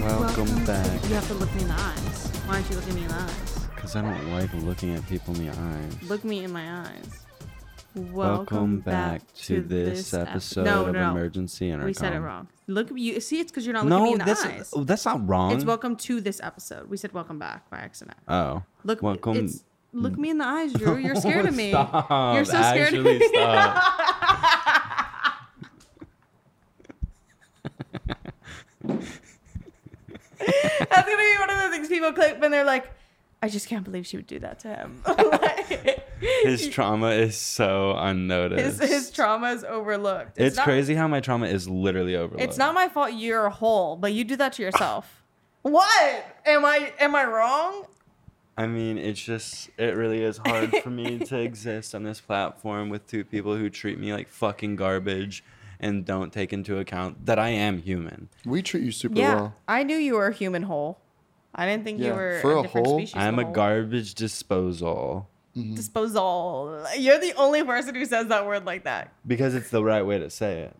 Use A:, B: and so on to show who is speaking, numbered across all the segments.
A: Welcome, back.
B: You have to look me in the eyes. Why aren't you looking me in the eyes?
A: Because I don't like looking at people in the eyes.
B: Look me in my eyes. Welcome,
A: Welcome back to this
B: ep-
A: episode
B: no,
A: of
B: no, no.
A: Emergency Intercom.
B: We said it wrong. Look, you see, it's because you're not looking me
A: No,
B: in the
A: that's
B: eyes.
A: oh, that's not wrong.
B: It's welcome to this episode. We said welcome back by accident.
A: Oh,
B: Look,
A: welcome.
B: It's, look me in the eyes, Drew. You're scared of me.
A: Stop,
B: You're so scared of
A: actually
B: me.
A: stop.
B: That's gonna be one of the things people clip when they're like, "I just can't believe she would do that to him." Like,
A: His trauma is so
B: his,
A: unnoticed.
B: his trauma is overlooked.
A: it's
B: not-
A: crazy how my trauma is literally overlooked.
B: It's not my fault you're whole, but you do that to yourself. what? Am I am I wrong?
A: I mean, it's just it really is hard for me to exist on this platform with two people who treat me like fucking garbage and don't take into account that I am human.
C: We treat you super
B: Yeah.
C: well.
B: I knew you were a human whole. I didn't think you
C: Yeah,
B: were
C: for
B: a,
C: a
B: different
C: whole-
B: species.
A: I'm
B: of
A: a
B: whole.
A: garbage disposal
B: disposal. You're the only person who says that word like that.
A: because it's the right way to say it.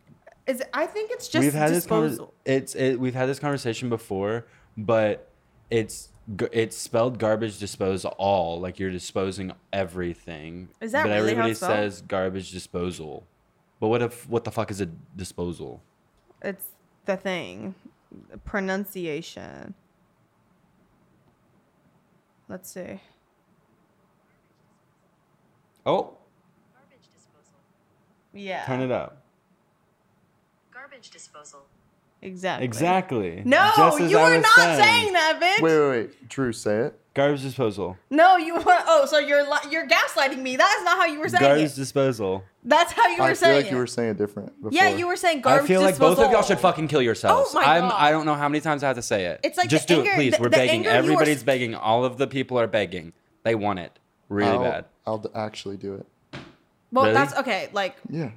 B: Is I think it's just
A: we've had this
B: disposal.
A: conver- it's it, we've had this conversation before, but it's g- it's spelled garbage dispose all like you're disposing everything.
B: Is that
A: but
B: really how
A: everybody
B: it's spelled?
A: says garbage disposal. But what if what the fuck is a disposal?
B: it's the thing. Pronunciation. Let's see.
A: Oh,
D: Garbage disposal.
B: Yeah.
A: turn it up.
D: Garbage disposal.
B: Exactly.
A: Exactly.
B: No,
A: Just as
B: you
A: I
B: were
A: was
B: not saying that, bitch.
C: Wait, wait, wait. Drew, say it.
A: Garbage disposal.
B: No, you were. Oh, so you're li- you're gaslighting me. That is not how you were saying
A: Garbage
B: it.
A: disposal.
B: That's how you were
C: I feel
B: saying
C: like
B: it.
C: you were saying it different. Before.
B: yeah, you were saying garbage.
A: I feel like both of y'all should
B: disposal.
A: fucking kill yourselves.
B: Oh my
A: I'm,
B: God.
A: I don't know how many times I have to say it.
B: It's like
A: just
B: the
A: do it,
B: anger-
A: please.
B: the-
A: We're
B: the
A: begging.
B: anger you are-
A: Everybody's begging. All of the people are begging. They want it really
C: I'll,
A: bad.
C: I'll d- actually do it.
B: Well,
A: Really?
B: that's okay. Like
C: Yeah,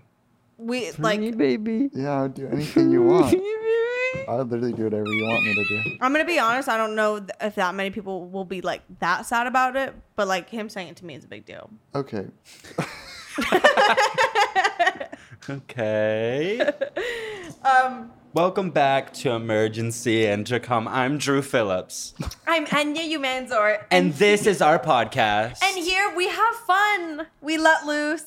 B: we like.
C: yeah. I'll do anything you want. I'll literally do whatever you want me to do.
B: I'm gonna be honest. I don't know th- if that many people will be like that sad about it, but like him saying it to me is a big deal.
C: Okay.
A: Okay. um.
B: Um,
A: Welcome back to Emergency Intercom. I'm Drew Phillips,
B: I'm Anya Umanzor,
A: and this is our podcast.
B: and here we have fun. We let loose.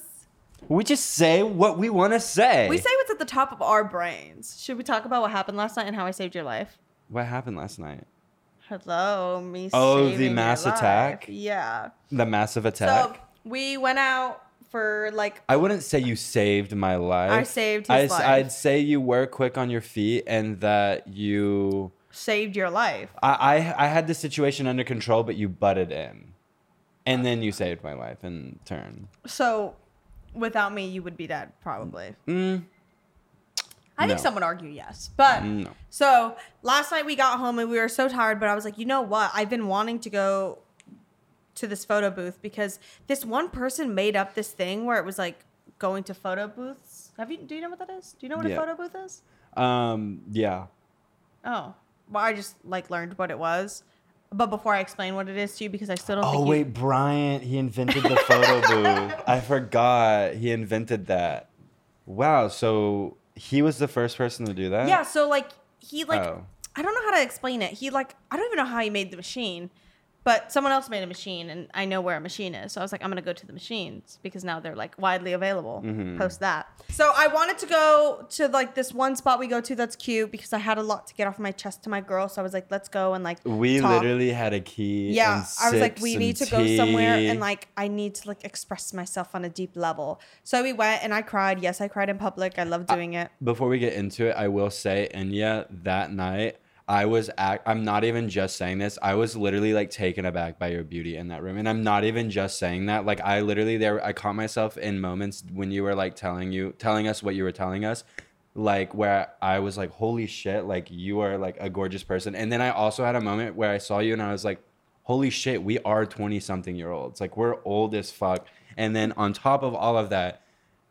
A: we just say what we want to say.
B: We say what's at the top of our brains. Should we talk about what happened last night and how I saved your life?
A: what happened last night.
B: Hello, me.
A: Oh, the
B: saving your
A: mass
B: life.
A: attack?
B: Yeah.
A: The massive attack.
B: So we went out for like
A: I wouldn't say you saved my life.
B: I saved his
A: I s-
B: life.
A: I'd say you were quick on your feet and that you.
B: saved your life.
A: I, I, I had the situation under control, but you butted in. And then you saved my life in turn.
B: So without me, you would be dead probably. I think
A: Mm. no. Mm,
B: some would argue yes, but
A: No.
B: so last night we got home and we were so tired, but I was like, you know what? I've been wanting to go to this photo booth because this one person made up this thing where it was like going to photo booths. Have you? Do you know what that is? Do you know what a
A: Yeah.
B: photo booth is?
A: Um, yeah.
B: Oh, well, I just like learned what it was. But before I explain what it is to you, because I still don't.
A: Oh,
B: think you-
A: wait, Bryant, he invented the photo booth. I forgot he invented that. Wow, so he was the first person to do that?
B: Yeah, so like he like
A: Oh.
B: I don't know how to explain it. He like I don't even know how he made the machine, But someone else made a machine, and I know where a machine is. So I was like, I'm gonna go to the machines because now they're like widely available.
A: Mm-hmm.
B: Post that. So I wanted to go to like this one spot we go to that's cute because I had a lot to get off my chest to my girl. So I was like, let's go and like
A: We
B: talk.
A: literally had a key.
B: Yeah,
A: and
B: I was like,
A: sips
B: we
A: and
B: need to go somewhere,
A: tea.
B: and like, I need to like express myself on a deep level. So we went, and I cried. Yes, I cried in public. I love doing it.
A: Before we get into it, I will say, and yeah, that night I was act. I'm not even just saying this. I was literally like taken aback by your beauty in that room, and I'm not even just saying that. Like I literally there, I caught myself in moments when you were like telling you, telling us what you were telling us. Like where I was like, holy shit! Like you are like a gorgeous person, and then I also had a moment where I saw you and I was like, holy shit! We are twenty something year olds. Like we're old as fuck. And then on top of all of that,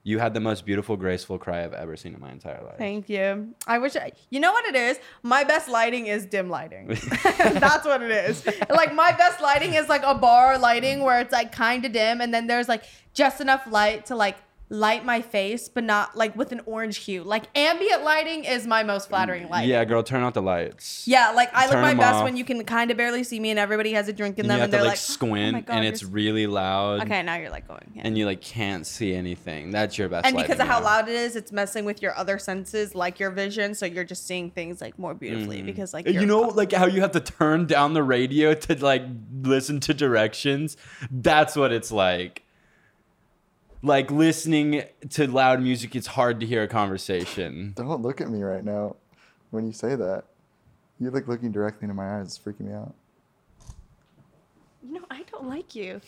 A: you had the most beautiful, graceful cry I've ever seen in my entire life.
B: Thank you. I wish I, you know what it is. My best lighting is dim lighting. That's what it is. Like my best lighting is like a bar lighting where it's like kind of dim, and then there's like just enough light to like light my face, but not like with an orange hue. Like ambient lighting is my most flattering light.
A: Mm, yeah, girl, turn out the lights.
B: Yeah, like I look
A: Turn
B: my
A: 'em
B: best
A: off.
B: when you can kind of barely see me and everybody has a drink in
A: And
B: them
A: you have
B: and
A: to
B: they're
A: like,
B: like,
A: squint
B: "Oh my God,
A: and
B: you're
A: it's
B: so-"
A: really loud.
B: Okay, now you're like going. Yeah.
A: And you like can't see anything. That's your best.
B: and because of
A: lighting
B: how
A: now.
B: loud it is, it's messing with your other senses, like your vision. So you're just seeing things like more beautifully
A: Mm.
B: because, like,
A: You
B: you're-
A: know, like how you have to turn down the radio to like listen to directions. That's what it's like. Like listening to loud music, it's hard to hear a conversation.
C: Don't look at me right now when you say that. You're like looking directly into my eyes. It's freaking me out.
B: no, I don't like you.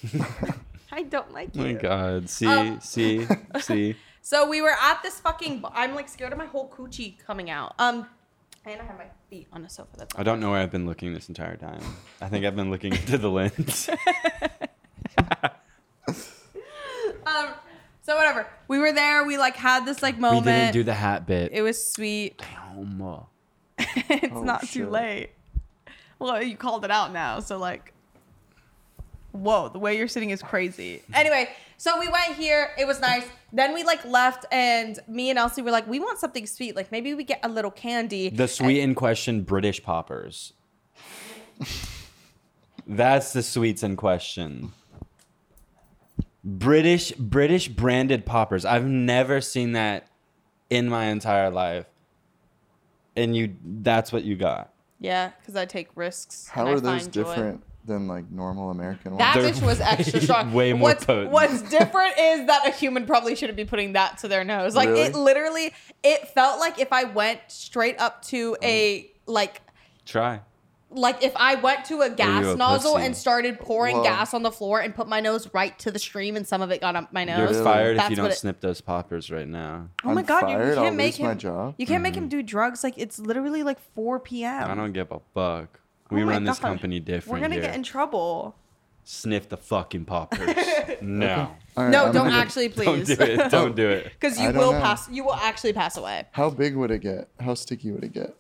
B: I don't like
A: Oh my
B: you.
A: god! See,
B: Um,
A: see, see.
B: So we were at this fucking. b- I'm like scared of my whole coochie coming out. Um, and I have my feet on the sofa. That's
A: I don't know where I've been looking this entire time. I think I've been looking into the lens.
B: um. So whatever. We were there. We like had this like moment.
A: We didn't do the hat bit.
B: It was sweet.
A: Damn.
B: it's
C: Oh,
B: not too
C: shit.
B: late. Well, you called it out now, so like, whoa, the way you're sitting is crazy. Anyway, so we went here. It was nice. Then we like left, and me and Elsie were like, we want something sweet. Like maybe we get a little candy.
A: The sweet in question, British poppers. That's the sweets in question. British British branded poppers. I've never seen that in my entire life. And you that's what you got.
B: yeah, because I take risks.
C: How
B: and I
C: are those
B: find joy.
C: different than like normal American ones?
B: That
A: They're
B: bitch was extra
A: way-
B: strong.
A: way more
B: what's,
A: potent.
B: What's different is that a human probably shouldn't be putting that to their nose. Like
C: Really?
B: it literally, it felt like if I went straight up to
C: Oh.
B: a like
A: Try.
B: like if I went to a gas
A: you a
B: nozzle
A: pussy?
B: and started pouring
C: Whoa.
B: gas on the floor and put my nose right to the stream and some of it got up my
A: You're
B: nose.
C: Really?
A: fired if
B: That's
A: you don't
B: what it-
A: snip those poppers right now.
B: Oh my
C: I'm
B: god, you- you,
C: fired,
B: can't
C: I'll
B: make
C: lose
B: him
C: my job.
B: You can't make him do drugs. Like it's literally like 4 p.m.
A: Mm-hmm. I don't give a fuck.
B: Um, Oh
A: We
B: my
A: run this
B: God.
A: company different.
B: We're gonna
A: here.
B: get in trouble.
A: Sniff the fucking poppers. no.
C: All right,
B: no, don't
C: I'm gonna-
B: actually
A: Don't
B: please.
A: do it. Don't do it.
B: Because
C: I
B: you
C: don't
B: will
C: know.
B: pass you will actually pass away.
C: How big would it get? How sticky would it get?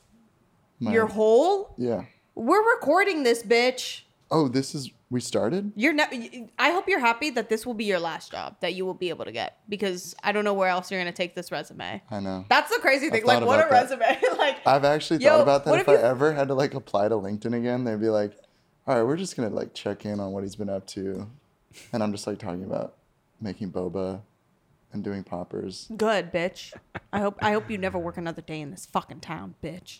C: My-
B: Your whole
C: Yeah.
B: we're recording this bitch.
C: Oh, this is we started.
B: You're ne- I hope you're happy that this will be your last job that you will be able to get because I don't know where else you're gonna take this resume.
C: I know.
B: That's the crazy thing.
C: thought
B: Like, what a
C: about
B: resume. like,
C: I've actually
B: Yo,
C: thought about
B: what
C: that. If,
B: if you-
C: I ever had to like apply to LinkedIn again, they'd be like, "All right, we're just gonna like check in on what he's been up to," and I'm just like talking about making boba and doing poppers.
B: good, bitch. I hope I hope you never work another day in this fucking town, bitch.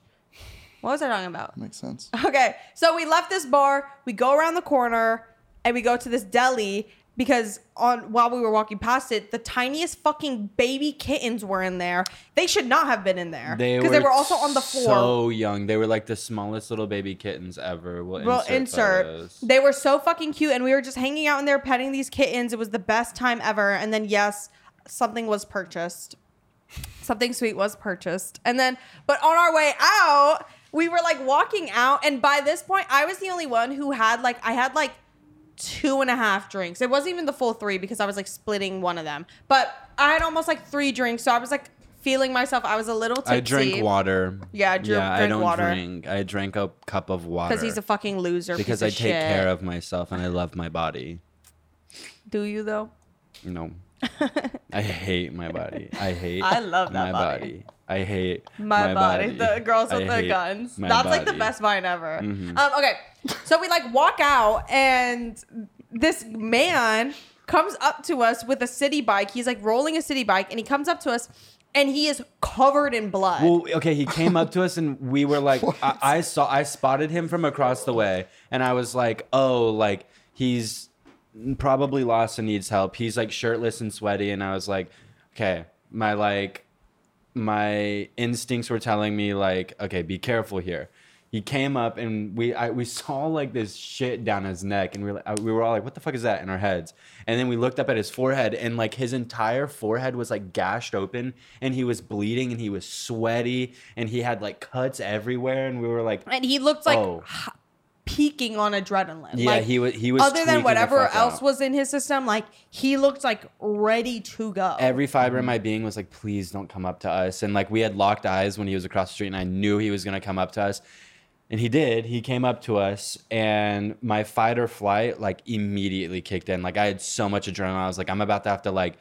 B: What was I talking about?
C: Makes sense.
B: Okay, so we left this bar. We go around the corner and we go to this deli because on while we were walking past it, the tiniest fucking baby kittens were in there. They should not have been in there
A: They
B: because
A: were,
B: they were also on the floor.
A: So young. They were like the smallest little baby kittens ever. We'll insert.
B: Well, insert.
A: photos.
B: They were so fucking cute, and we were just hanging out in there petting these kittens. It was the best time ever. And then, yes, something was purchased. Something sweet was purchased. And then, but on our way out, we were like walking out, and by this point, I was the only one who had like I had like two and a half drinks. It wasn't even the full three because I was like splitting one of them. But I had almost like three drinks, so I was like feeling myself. I was a little tipsy.
A: I drink water.
B: Yeah, I drink-
A: yeah, I
B: drink
A: don't
B: water.
A: drink. I drank a cup of water.
B: because he's a fucking loser.
A: Because
B: piece
A: I
B: of
A: take
B: shit.
A: care of myself and I love my body.
B: Do you though?
A: No. I hate my body. I hate
B: I love
A: my
B: that body.
A: I hate
B: my, body. The girls with
A: I
B: the
A: hate
B: guns.
A: my
B: That's like the
A: body.
B: best vine ever.
A: Mhm.
B: Um, okay, so we like walk out, and this man comes up to us with a city bike. He's like rolling a city bike, and he comes up to us, and he is covered in blood.
A: Well, okay, he came up to us and we were like, I, I saw, I spotted him from across the way, and I was like, oh, like he's probably lost and needs help. He's like shirtless and sweaty, and I was like, okay, my like, my instincts were telling me like, okay, be careful here. He came up and we I, we saw like this shit down his neck, and we were, like- we were all like, what the fuck is that in our heads? And then we looked up at his forehead, and like his entire forehead was like gashed open, and he was bleeding, and he was sweaty, and he had like cuts everywhere, and we were like,
B: and he looked like
A: Oh.
B: h- peaking on adrenaline.
A: yeah,
B: like,
A: he was he was
B: other
A: tweaking
B: than
A: the
B: whatever
A: fuck
B: else
A: out.
B: was in his system, like he looked like ready to go.
A: every fiber
B: Mm-hmm.
A: in my being was like, please don't come up to us. And like we had locked eyes when he was across the street, and I knew he was gonna come up to us. And he did. He came up to us, and my fight or flight like immediately kicked in. Like I had so much adrenaline. I was like, I'm about to have to like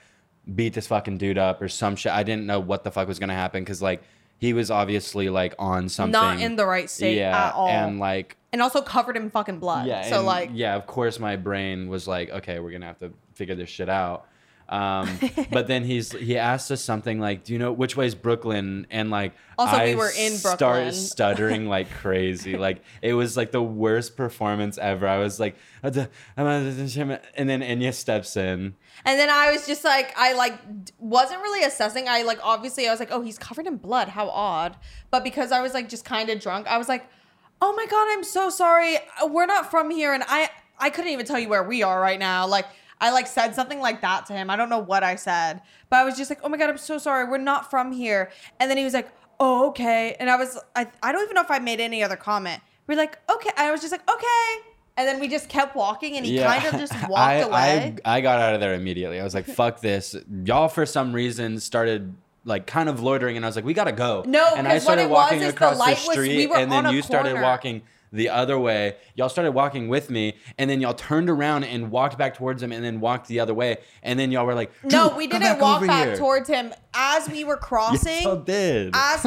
A: beat this fucking dude up or some shit. I didn't know what the fuck was gonna happen because like he was obviously like on something.
B: not in the right state
A: yeah,
B: at all,
A: and
B: and,
A: like
B: also covered in fucking blood.
A: yeah.
B: so
A: and,
B: like,
A: yeah, of course, my brain was like, okay, we're gonna have to figure this shit out. Um, but then he's he asked us something like, do you know which way is Brooklyn? And like,
B: Also, we
A: I
B: were in Brooklyn.
A: Started stuttering like crazy. like it was like the worst performance ever. I was like, and then Enya steps in.
B: And then I was just like, I like d- wasn't really assessing. I like obviously I was like, oh, he's covered in blood. How odd. But because I was like just kind of drunk, I was like, oh my god, I'm so sorry. Uh, We're not from here, and I I couldn't even tell you where we are right now. Like I like said something like that to him. I don't know what I said, but I was just like, oh my god, I'm so sorry. We're not from here. And then he was like, oh okay. And I was I I don't even know if I made any other comment. We're like okay. I was just like okay. And then we just kept walking, and he kind of just walked
A: I,
B: away.
A: I, I got out of there immediately. I was like, fuck this. Y'all, for some reason, started like kind of loitering, and I was like, we gotta go.
B: No,
A: and I
B: because what
A: started
B: it was
A: walking
B: is the
A: across the,
B: light was- we
A: street,
B: were
A: and then
B: on a
A: you started
B: corner.
A: walking the other way. Y'all started walking with me, and then y'all turned around and walked back towards him, and then walked the other way, and then y'all were like,
B: No,
A: "Drew,
B: we
A: come
B: didn't walk
A: over
B: back
A: here."
B: towards him as we were crossing.
A: Y'all did.
B: as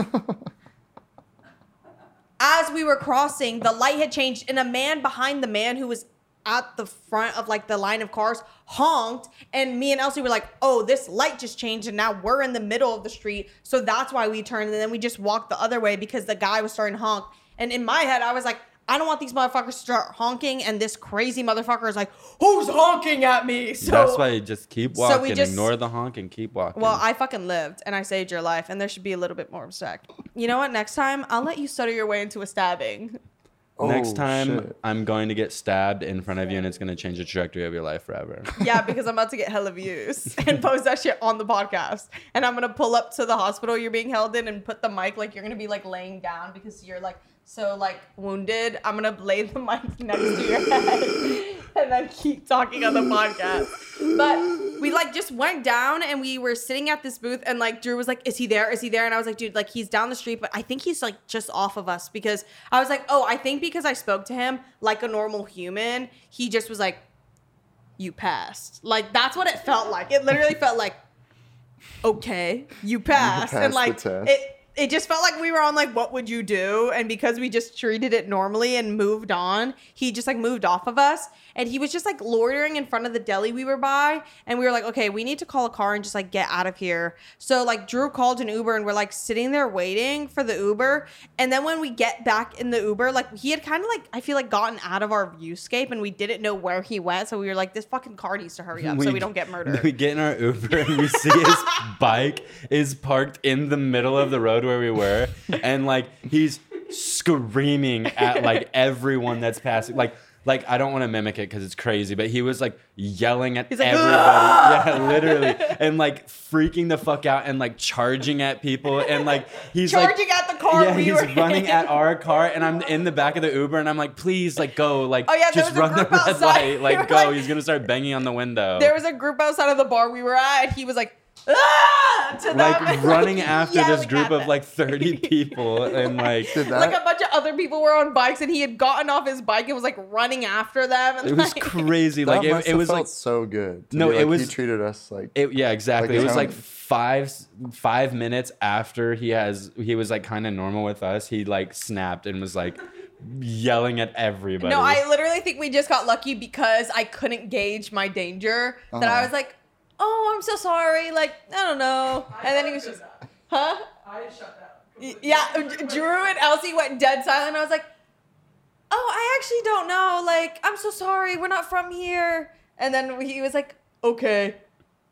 B: as we were crossing, the light had changed, and a man behind the man who was at the front of like the line of cars honked, and me and Elsie were like, "Oh, this light just changed, and now we're in the middle of the street, so that's why we turned." And then we just walked the other way because the guy was starting to honk, and in my head, I was like. I don't want these motherfuckers to start honking, and this crazy motherfucker is like, "Who's honking at me?" So
A: That's why you just keep
B: so we
A: walking,
B: just-
A: ignore the honk, and keep walking.
B: well, I fucking lived and I saved your life, and there should be a little bit more respect. You know what? Next time, I'll let you stutter your way into a stabbing.
A: Next
C: Oh,
A: time,
C: shit.
A: I'm going to get stabbed in front of you, and it's going to change the trajectory of your life forever.
B: Yeah, because I'm about to get hella views and post that shit on the podcast. And I'm gonna pull up to the hospital you're being held in and put the mic like you're gonna be like laying down because you're like so like wounded. I'm gonna lay the mic next to your head and then keep talking on the podcast. But we like just went down and we were sitting at this booth and like Drew was like, "Is he there? Is he there?" And I was like, "Dude, like he's down the street, but I think he's like just off of us because I was like, oh, I think because I spoke to him like a normal human, he just was like." you passed. Like that's what it felt like. It literally felt like, okay, you passed,
C: passed
B: and
C: the
B: like
C: test.
B: it. It just felt like we were on like what would you do, and because we just treated it normally and moved on, he just like moved off of us, and he was just like loitering in front of the deli we were by, and we were like, okay, we need to call a car and just like get out of here. So like Drew called an Uber, and we're like sitting there waiting for the Uber, and then when we get back in the Uber, like he had kind of like I feel like gotten out of our viewscape, and we didn't know where he went, so we were like, this fucking car needs to hurry up so we don't get murdered.
A: We get in our Uber and we see his bike is parked in the middle of the road where we were, and like he's screaming at like everyone that's passing. Like, like I don't want to mimic it because it's crazy, but he was like yelling at
B: He's like,
A: everybody.
B: "Ah!"
A: Yeah, literally, and like freaking the fuck out and like charging at people and like he's like,
B: Charging at the car
A: Yeah,
B: we
A: he's
B: were
A: running
B: in.
A: at our car, and I'm in the back of the Uber, and I'm like, please, like go, like
B: Oh, yeah, there
A: just
B: was a
A: run the
B: group
A: red
B: outside.
A: light,
B: They were
A: like go.
B: like-
A: he's gonna start banging on the window.
B: There was a group outside of the bar we were at. He was like, "Ah!" to them,
A: like
B: and,
A: running after this
B: yelling
A: group
B: at
A: of
B: them.
A: like 30 people and like
C: Did that?
B: like a bunch of other people were on bikes and he had gotten off his bike and was like running after them and
A: it was
B: like,
A: crazy
C: that
A: like it,
C: must
A: it
C: have
A: was
C: felt
A: like
C: so good. to
A: No,
C: be
A: it
C: like, He
A: was-
C: treated us like
A: It, yeah, exactly.
C: Like
A: it was
C: his
A: like
C: own.
A: five five minutes after he has he was like kind of normal with us. He like snapped and was like yelling at everybody.
B: No, I literally think we just got lucky because I couldn't gauge my danger. That I
C: Uh-huh.
B: was like, "Oh, I'm so sorry." Like, I don't know. and then he was just, "Huh?" I shut down. Yeah, uh, Drew and Elsie went dead silent. I was like, "Oh, I actually don't know. Like, I'm so sorry. We're not from here." And then he was like, "Okay,"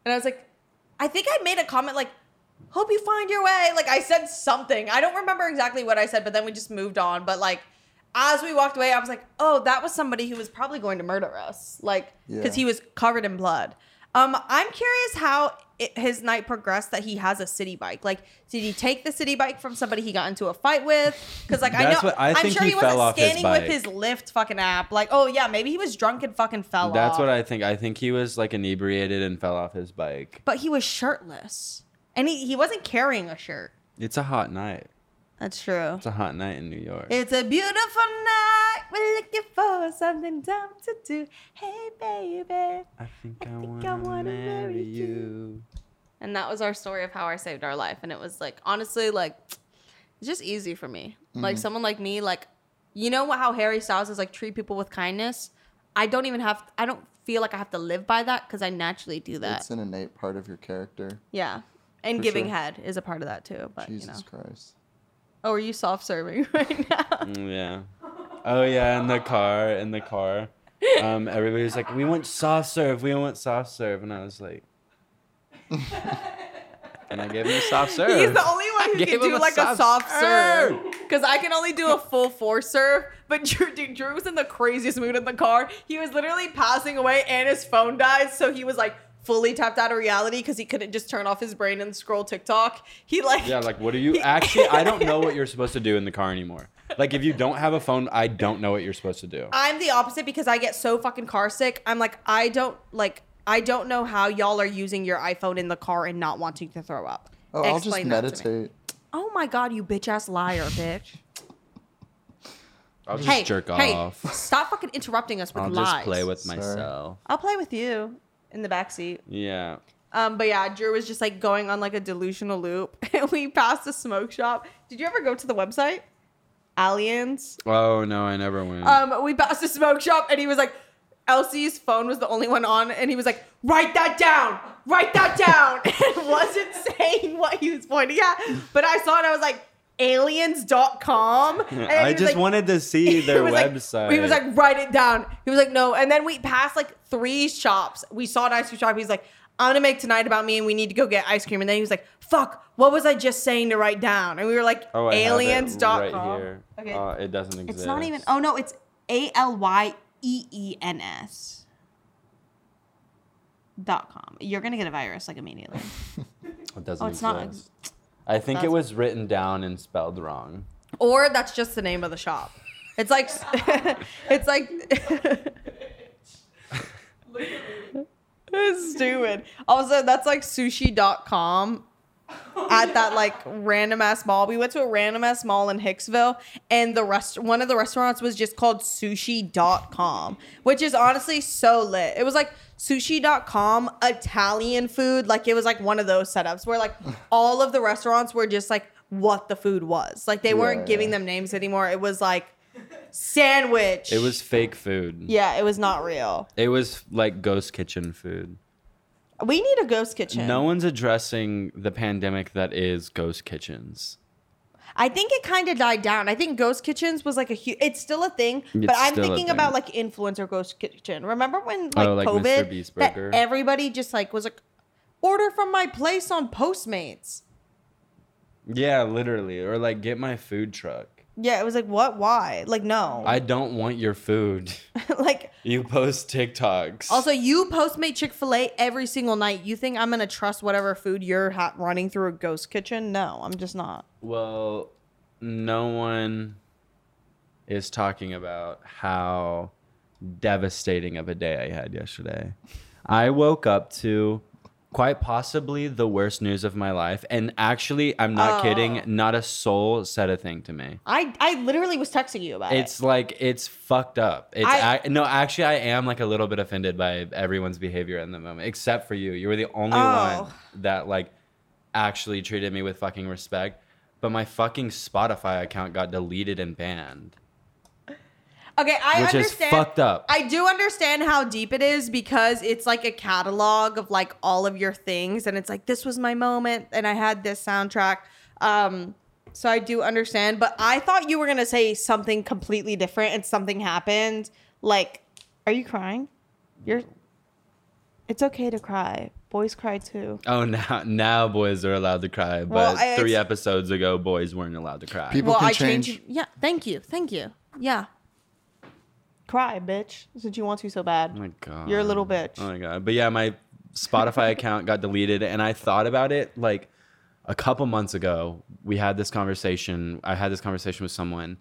B: and I was like, "I think I made a comment like." Hope you find your way. Like I said something. I don't remember exactly what I said, but then we just moved on. But like as we walked away, I was like, "Oh, that was somebody who was probably going to murder us." Like
C: Yeah.
B: cuz he was covered in blood. Um I'm curious how it, his night progressed that he has a city bike. Like did he take the city bike from somebody he got into a fight with? Cuz like I know
A: That's what- I
B: am
A: think
B: sure
A: he
B: he, wasn't
A: fell off his
B: scanning
A: bike.
B: with his Lyft fucking app. Like, "Oh yeah, maybe he was drunk and fucking fell off."
A: That's what I think. I think he was like inebriated and fell off his bike.
B: But he was shirtless. And he, he wasn't carrying a shirt.
A: It's a hot night.
B: That's true.
A: It's a hot night in New York.
B: It's a beautiful night. We're looking for something dumb to do. Hey, baby.
A: I think I,
B: think
A: wanna,
B: I wanna
A: marry,
B: marry
A: you.
B: And that was our story of how I saved our life. And it was like, honestly, like, it's just easy for me.
C: Mm-hmm.
B: Like, someone like me, like, you know what, how Harry Styles is like, treat people with kindness? I don't even have, I don't feel like I have to live by that because I naturally do that.
C: it's an innate part of your character.
B: yeah. And
C: For
B: giving
C: sure.
B: head is a part of that too. But, Uh, you know.
C: Jesus Christ.
B: Oh, are you soft serving right now?
A: Mm, Yeah. Oh yeah, in the car, in the car. Um, everybody was like, "We want soft serve. We want soft serve," and I was like, and I gave him a soft serve.
B: He's the only one who
A: Gave
B: can
A: him a
B: do like a
A: soft
B: soft serve.
A: serve.
B: Because I can only do a full four serve. But Drew, dude, Drew was in the craziest mood in the car. He was literally passing away and his phone died. So he was like fully tapped out of reality because he couldn't just turn off his brain and scroll TikTok. He like,
A: Yeah, like what are you actually? I don't know what you're supposed to do in the car anymore. Like if you don't have a phone, I don't know what you're supposed to do.
B: I'm the opposite because I get so fucking car sick. I'm like, I don't like, I don't know how y'all are using your iPhone in the car and not wanting to throw up.
C: Oh, I'll just
B: Explain that to me.
C: meditate.
B: Oh my god, you bitch ass liar, bitch.
A: I'll just
B: hey,
A: jerk
B: hey,
A: off.
B: Stop fucking interrupting us with
A: I'll
B: lies.
A: just play with
C: Sorry.
A: myself.
B: I'll play with you in the back seat.
A: Yeah.
B: Um, but yeah, Drew was just like going on like a delusional loop, and we passed a smoke shop. Did you ever go to the website? Aliens.
A: Oh no, I never went.
B: Um, we passed a smoke shop, and he was like, Elsie's phone was the only one on, and he was like, "Write that down. Write that down." and wasn't saying what he was pointing at, but I saw it. I was like. Aliens.com. And he
A: I
B: was
A: just
B: like-
A: wanted to see
B: He
A: their
B: was
A: website.
B: Like, he was like, write it down. He was like, no. And then we passed like three shops. We saw an ice cream shop. He's like, I'm gonna make tonight about me, and we need to go get ice cream. And then he was like, fuck, what was I just saying to write down? And we were like,
A: oh, I have it
B: aliens.com.
A: Right here.
B: Okay.
A: Uh, it doesn't exist.
B: it's not even. Oh no, it's A L Y E E N S. Dot com. You're gonna get a virus like immediately.
A: It doesn't
B: oh, it's not-
A: exist. I think it
B: that's-
A: was written down and spelled wrong.
B: or that's just the name of the shop. It's like, it's like. it's stupid. Also, that's like sushi.com at that like random ass mall. We went to a random ass mall in Hicksville and the rest one of the restaurants was just called sushi.com, which is honestly so lit. It was like sushi.com Italian food, like it was like one of those setups where like all of the restaurants were just like what the food was. Like they weren't
C: Yeah,
B: giving
C: yeah.
B: them names anymore. It was like sandwich.
A: It was fake food.
B: Yeah, it was not real.
A: It was like ghost kitchen food.
B: We need a ghost kitchen.
A: No one's addressing the pandemic that is ghost kitchens.
B: I think it kind of died down. I think ghost kitchens was like a huge. It's still a thing, but
A: It's
B: I'm
A: still a
B: thinking
A: thing. Oh,
B: about like influencer ghost kitchen. Remember when like,
A: like Mr.
B: COVID,
A: Beast
B: that
A: Burger?
B: everybody just like was like, order from my place on Postmates.
A: Yeah, literally. Or like get my food truck.
B: Yeah, it was like what? Why? Like no.
A: I don't want your food.
B: like
A: You post TikToks.
B: also, you Postmate Chick Fil A every single night. You think I'm gonna trust whatever food you're ha- running through a ghost kitchen? No, I'm just not.
A: well, no one is talking about how devastating of a day I had yesterday. I woke up to quite possibly the worst news of my life. And actually, I'm not kidding. Not a soul said a thing to me.
B: I I literally was texting you about
A: It's like it's fucked up. It's
B: I-
A: ac- no, actually, I am like a little bit offended by everyone's behavior in the moment, except for you. You were the only
B: Oh.
A: one that like actually treated me with fucking respect. But my fucking Spotify account got deleted and banned,
B: it. Okay, I
A: which is
B: understand.
A: fucked up.
B: I do understand how deep it is because it's like a catalog of like all of your things and it's like this was my moment and I had this soundtrack. Um so I do understand, but I thought you were going to say something completely different and something happened. Like are you crying? You're It's okay to cry. Boys cry too.
A: oh, now now boys are allowed to cry, but
B: Well, I-
A: three
B: it's-
A: episodes ago, boys weren't allowed to cry.
C: People can change.
B: Yeah, thank you. Thank you. Yeah. Cry, bitch, since you want to so bad.
A: Oh my god.
B: You're a little bitch.
A: Oh my god. But yeah, my Spotify account got deleted and I thought about it like a couple months ago. We had this conversation. I had this conversation with someone.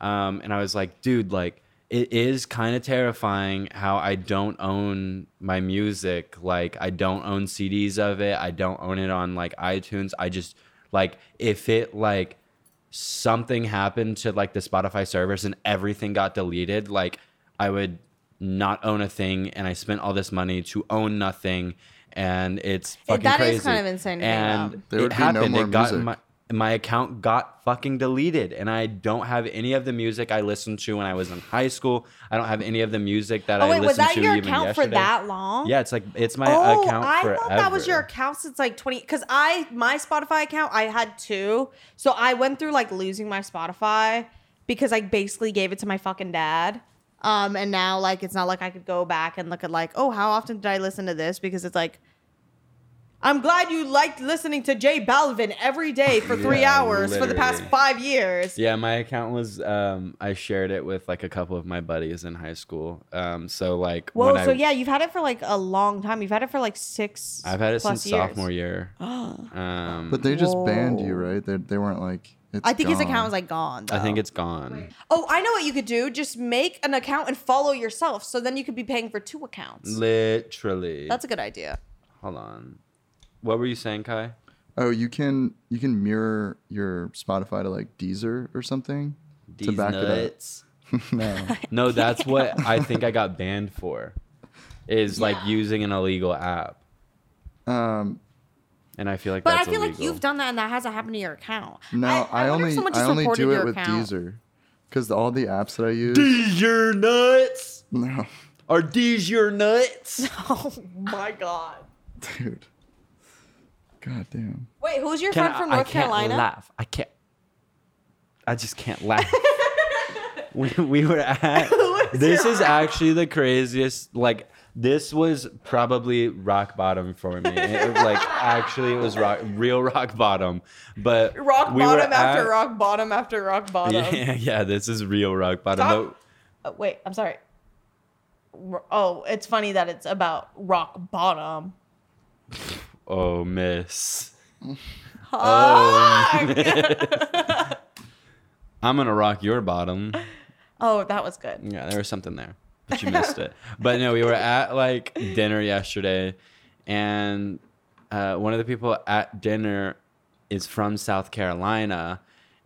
A: Um, and I was like, dude, like it is kind of terrifying how I don't own my music. Like I don't own CDs of it. I don't own it on like iTunes. I just like if it like something happened to like the Spotify servers and everything got deleted, like I would not own a thing and I spent all this money to own nothing and it's fucking
B: that is
A: crazy.
B: kind of insane to think
A: And
B: about.
C: There
A: it
C: would be no
A: happened.
C: more
A: it got
C: music.
A: my my account got fucking deleted and I don't have any of the music I listened to when I was in high school. I don't have any of the music that
B: Oh
A: I
B: wait,
A: listened
B: was that
A: to
B: your
A: even
B: account
A: yesterday.
B: for that long?
A: Yeah, it's like it's my
B: oh,
A: account
B: I
A: forever.
B: thought that was your account since like 20 because I my Spotify account I had two. So I went through like losing my Spotify because I basically gave it to my fucking dad. Um and now like it's not like I could go back and look at like, oh, how often did I listen to this? Because it's like I'm glad you liked listening to Jay Balvin every day for three
A: Yeah,
B: hours for the past
A: literally.
B: five years.
A: Yeah, my account was um I shared it with like a couple of my buddies in high school. Um so like
B: Whoa,
A: when
B: so
A: I,
B: yeah, you've had it for like a long time. You've had it for like six.
A: I've had it
B: plus
A: since
B: years.
A: sophomore year. um
C: But they just banned you,
B: Whoa.
C: right? They, they weren't like. It's
B: I think his
C: gone.
B: account was like gone. Though.
A: I think it's gone.
B: Oh, I know what you could do. Just make an account and follow yourself. So then you could be paying for two accounts.
A: Literally.
B: That's a good idea.
A: Hold on. What were you saying, Kai?
C: Oh, you can you can mirror your Spotify to like Deezer or something
A: These
C: to back
A: nuts.
C: it up. no,
A: No, that's what I think I got banned for. Is like using an illegal app.
C: um,
A: And I feel like
B: But I
A: that's
B: feel like
A: illegal.
B: you've done that and that hasn't happened to your account.
C: no, I,
B: wonder if
C: only
B: someone
C: I
B: just
C: only
B: reported
C: do it
B: your
C: with
B: account.
C: Deezer because all the apps that I use.
A: These your nuts.
C: no,
A: Are these your nuts?
B: Oh my god.
C: dude. God damn.
B: Wait, who's your friend from
A: I
B: North
A: can't
B: Carolina?
A: Laugh. I can't. I just can't laugh. we, we were at. this is actually the craziest. Like this was probably rock bottom for me. It- like actually, it was rock, real rock bottom. But
B: Rock
A: we were
B: bottom after
A: at-
B: rock bottom after rock bottom.
A: Yeah, yeah, this is real rock bottom.
B: Talk-
A: But
B: Uh, wait, I'm sorry. R- Oh, it's funny that it's about rock bottom.
A: oh, miss. Oh,
B: Ah!
A: I'm gonna rock your bottom.
B: Oh, that was good.
A: Yeah, there was something there, but you missed it. But no, we were at like dinner yesterday, and uh, one of the people at dinner is from South Carolina,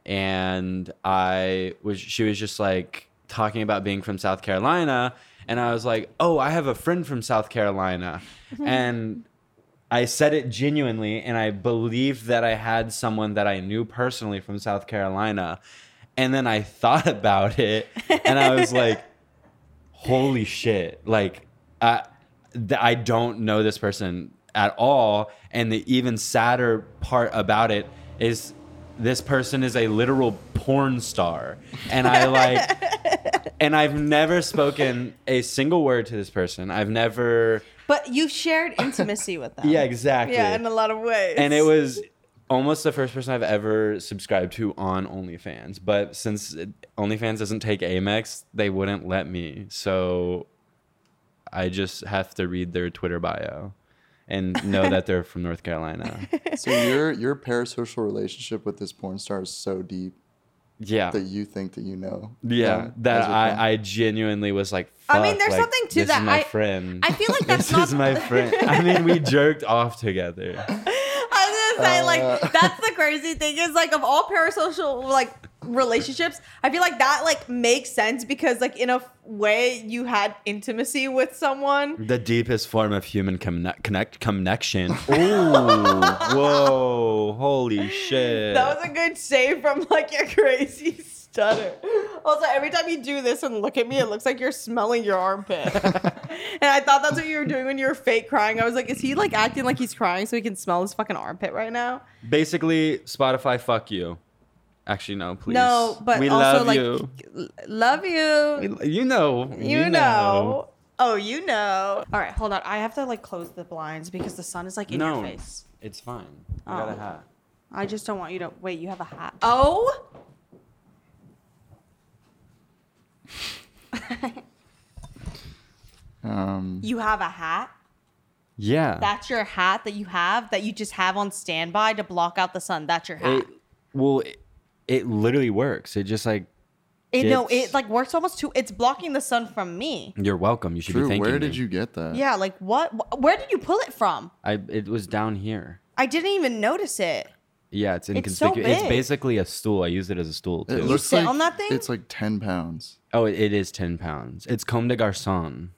A: and I was she was just like talking about being from South Carolina, and I was like, oh, I have a friend from South Carolina, and I said it genuinely, and I believed that I had someone that I knew personally from South Carolina. And then I thought about it, and I was like, holy shit. Like, I, th- I don't know this person at all. And the even sadder part about it is this person is a literal porn star. And I like, and I've never spoken a single word to this person. I've never.
B: But you've shared intimacy with them.
A: Yeah, exactly.
B: Yeah, in a lot of ways.
A: and it was almost the first person I've ever subscribed to on OnlyFans. But since it- OnlyFans doesn't take Amex, they wouldn't let me. So I just have to read their Twitter bio and know that they're from North Carolina.
C: So your your parasocial relationship with this porn star is so deep.
A: yeah,
C: that you think that you know.
A: yeah.
C: um, as
A: that
C: your friend.
A: I, I genuinely was like,
B: I mean,
A: "Fuck,
B: there's
A: like,
B: something to
A: this
B: that.
A: Is my
B: I-
A: friend.
B: I feel like that's
A: this
B: not
A: is my friend. I mean, we joked off together.
B: I was gonna say,
C: Uh.
B: like, that's the crazy thing is like of all parasocial like relationships, I feel like that like makes sense because like in a f- way you had intimacy with someone.
A: The deepest form of human connect, connect connection. Ooh, whoa, holy shit!
B: That was a good save from like your crazy stutter. Also, every time you do this and look at me, it looks like you're smelling your armpit. and I thought that's what you were doing when you were fake crying. I was like, is he like acting like he's crying so he can smell his fucking armpit right now?
A: Basically, Spotify, fuck you. Actually, no, please.
B: No, but
A: we
B: also
A: love
B: like
A: you.
B: l- love you.
A: We- You know,
B: You know. Oh, you know. All right, hold on. I have to like close the blinds because the sun is like in
A: No,
B: your face.
A: it's fine. I
B: Oh.
A: got a hat.
B: I just don't want you to wait. You have a hat. Oh.
C: Um,
B: You have a hat.
A: Yeah.
B: That's your hat that you have that you just have on standby to block out the sun. That's your hat.
A: it, well, it, it literally works. It just like
B: It, no,
A: it's-
B: it like works almost too. It's blocking the sun from me.
A: you're welcome. You should be
C: Drew,
A: thanking
C: where
A: me.
C: did you get that?
B: Yeah, like what? wh- Where did you pull it from?
A: I it was down here.
B: I didn't even notice it.
A: Yeah, it's
B: It's so
A: inconspicuous. It's,
B: big.
A: basically a stool. I use it as a stool too.
C: It looks
B: sit
C: like
B: on that thing?
C: it's like ten pounds.
A: oh, it, it is ten pounds. It's Comme de Garçon.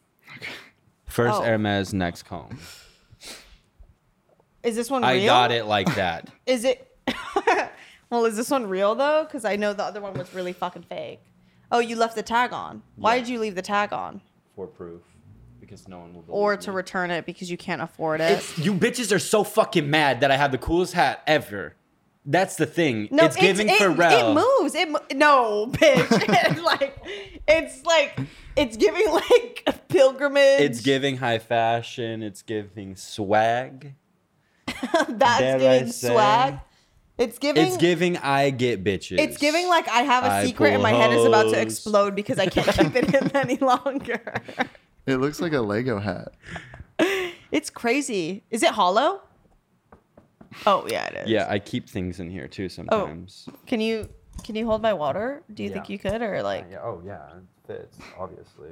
A: First
B: Oh.
A: Hermes, next Combe.
B: Is this one?
A: I
B: real?
A: got it like that.
B: Is it? well, is this one real though? Because I know the other one was really fucking fake. Oh, you left the tag on. Why
A: Yeah.
B: did you leave the tag on?
A: For proof, because no one will. Believe
B: Or to
A: me.
B: return it because you can't afford it.
A: It's, you bitches are so fucking mad that I have the coolest hat ever. That's the thing.
B: no,
A: it's giving
B: it,
A: Pharrell.
B: It moves. It mo- no, bitch. it's like it's like it's giving like a pilgrimage.
A: It's giving high fashion. It's giving swag. dare I
B: that's giving
A: say-
B: swag. It's giving.
A: It's giving I get bitches.
B: It's giving like I have a
A: I
B: secret
A: pull
B: and my head is about to
A: hose.
B: explode because I can't keep it in any longer.
C: It looks like a Lego hat.
B: It's crazy. Is it hollow? Oh yeah, it is.
A: Yeah, I keep things in here
B: Oh.
A: too sometimes.
B: Can you can you hold my water? Do you think
A: Yeah.
B: you could or like
A: oh yeah, it fits obviously.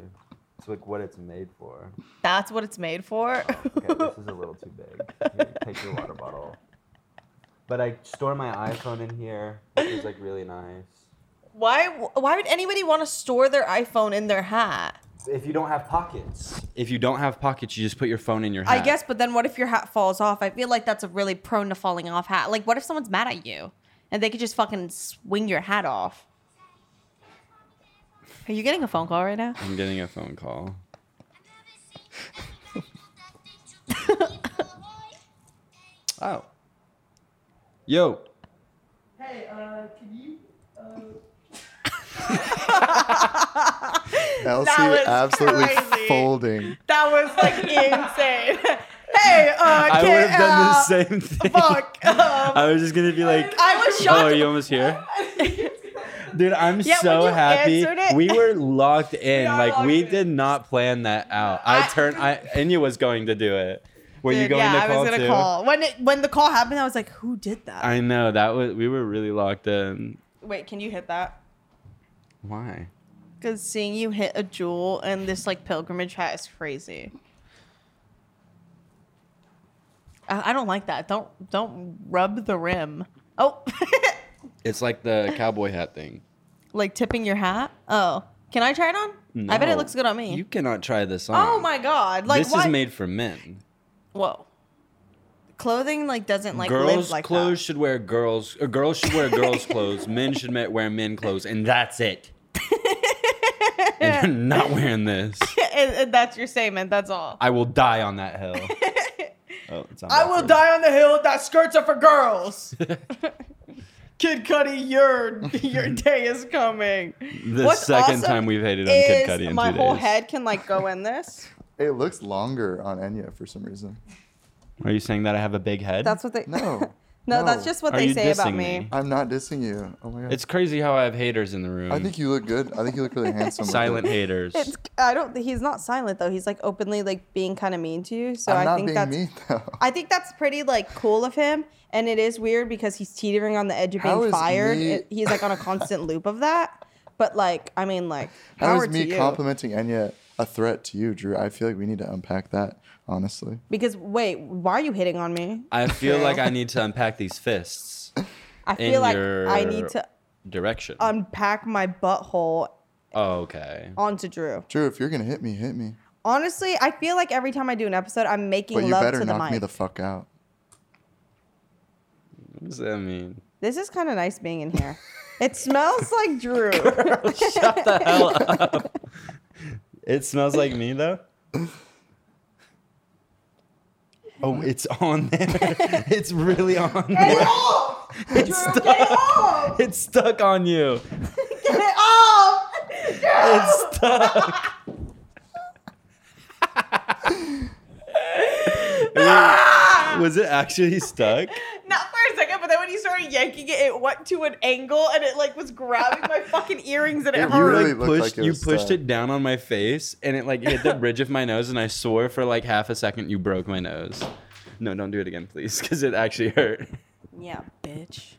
A: It's like what it's made for.
B: that's what it's made for?
A: is a little too big. take your water bottle. But I store my iPhone in here, which is like really nice.
B: why why would anybody want to store their iPhone in their hat?
A: If you don't have pockets. If you don't have pockets, you just put your phone in your hat.
B: I guess, but then what if your hat falls off? I feel like that's a really prone to falling off hat. Like, what if someone's mad at you and they could just fucking swing your hat off? Are you getting a phone call right now?
A: I'm getting a phone call. oh. Yo.
C: Elsie
B: was
C: absolutely
B: crazy.
C: folding.
B: That was like insane. hey, uh,
A: I
B: kid,
A: would have done the
B: uh,
A: same thing.
B: Fuck. Um,
A: I was just gonna be like,
B: I was shocked.
A: oh, you almost here? Dude, I'm
B: Yeah,
A: so
B: when you
A: happy.
B: answered it-
A: We were locked in.
B: are
A: like we
B: locked
A: did
B: in.
A: not plan that out. I,
B: I-
A: turned. I Enya was going to do it. Were you
B: Dude,
A: going
B: yeah,
A: to call
B: I was gonna
A: too?
B: call when it when the call happened. I was like, "Who did that?"
A: I know that was. We were really locked in.
B: Wait, can you hit that?
A: Why?
B: Because seeing you hit a jewel and this like pilgrimage hat is crazy. I, I don't like that. Don't don't rub the rim. Oh,
A: It's like the cowboy hat thing.
B: like tipping your hat. Oh, can I try it on? I bet
A: No.
B: it looks good on me.
A: You cannot try this on.
B: oh my god! Like
A: this
B: why?
A: is made for men.
B: Whoa. Clothing like doesn't like live
A: girls'
B: like
A: clothes should wear girls. Or girls should wear girls' clothes. Men should ma- wear men clothes, and that's it. and you're not wearing this.
B: that. And- and that's your statement. That's all.
A: I will die on that hill. oh, it's on
B: I will
A: backwards.
B: die on the hill that skirts are for girls. Kid Cudi, your your day is coming.
A: The
B: What's
A: second
B: awesome
A: time we've hated on Kid
B: is
A: Cudi in
B: my
A: two
B: whole
A: days.
B: head can like go in this.
C: It looks longer on Enya for some reason.
A: Are you saying that I have a big head?
B: That's what they.
C: No.
B: No, that's
C: No.
B: just what
A: Are
B: they
A: you
B: say about
A: dissing
B: me.
A: me?
C: I'm not dissing you. Oh my god.
A: It's crazy how I have haters in the room.
C: I think you look good. I think you look really handsome. with it.
A: silent haters.
B: It's, I don't. He's not silent though. He's like openly like being kind of mean to you. So
C: I'm
B: I
C: not
B: think
C: being
B: that's.
C: mean though.
B: I think that's pretty like cool of him, and it is weird because he's teetering on the edge of
C: How
B: being
C: is
B: fired.
C: me-
B: It- he's like on a constant loop of that. But like, I mean, like,
C: How
B: power
C: is
B: to
C: me
B: you.
C: complimenting Enya a threat to you, Drew? I feel like we need to unpack that, honestly.
B: Because wait, why are you hitting on me?
A: I feel like I need to unpack these fists
B: I
A: in
B: feel like
A: your
B: I need to
A: direction.
B: unpack my butthole
A: oh, okay.
B: onto Drew.
C: Drew, if you're gonna hit me, hit me.
B: Honestly, I feel like every time I do an episode, I'm making
C: But you
B: love to
C: better
B: the
C: knock
B: mic.
C: me the fuck out.
A: What does that mean?
B: this is kind of nice being in here. it smells like Drew.
A: Shut the hell up. It smells like me though. Oh, it's on there. It's really on there. It's stuck. It's stuck on you.
B: oh,
A: It's stuck. Wait, was it actually stuck?
B: not for a second, but then when you started yanking it, it went to an angle and it like was grabbing my fucking earrings and
C: You
A: You
B: everything.
C: really
A: Oh, like
C: looked like
A: pushed
C: it
A: you
C: was
A: pushed
C: stuck.
A: it down on my face and it like hit the bridge of my nose and I swore for like half a second you broke my nose. No, don't do it again, please, because it actually hurt.
B: yeah, bitch.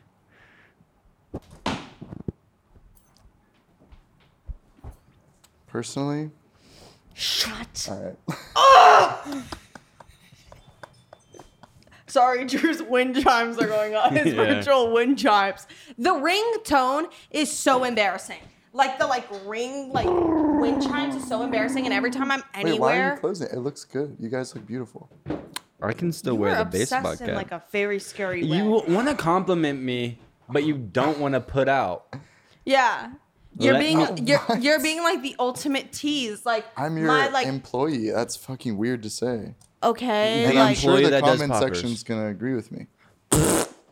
C: Personally,
B: Shut.
C: all right.
B: Sorry, Drew's wind chimes are going on. His
A: Yeah.
B: virtual wind chimes. The ring tone is so embarrassing. Like the like ring like wind chimes is so embarrassing, and every time I'm
C: Wait, why are
B: anywhere,
C: you closing it? It looks good. You guys look beautiful.
A: I can still
B: you're
A: wear the
B: obsessed
A: baseball
B: in
A: cap.
B: like a very scary way.
A: you want to compliment me, but you don't want to put out.
B: yeah. You're
A: Let-
B: being
A: Oh,
B: you're, you're being like the ultimate tease. Like
C: I'm your
B: my like
C: employee. That's fucking weird to say.
B: okay
C: And I'm
B: like
C: sure
A: Employee
C: the
A: that does
C: comment
A: poppers.
C: section's gonna agree with me.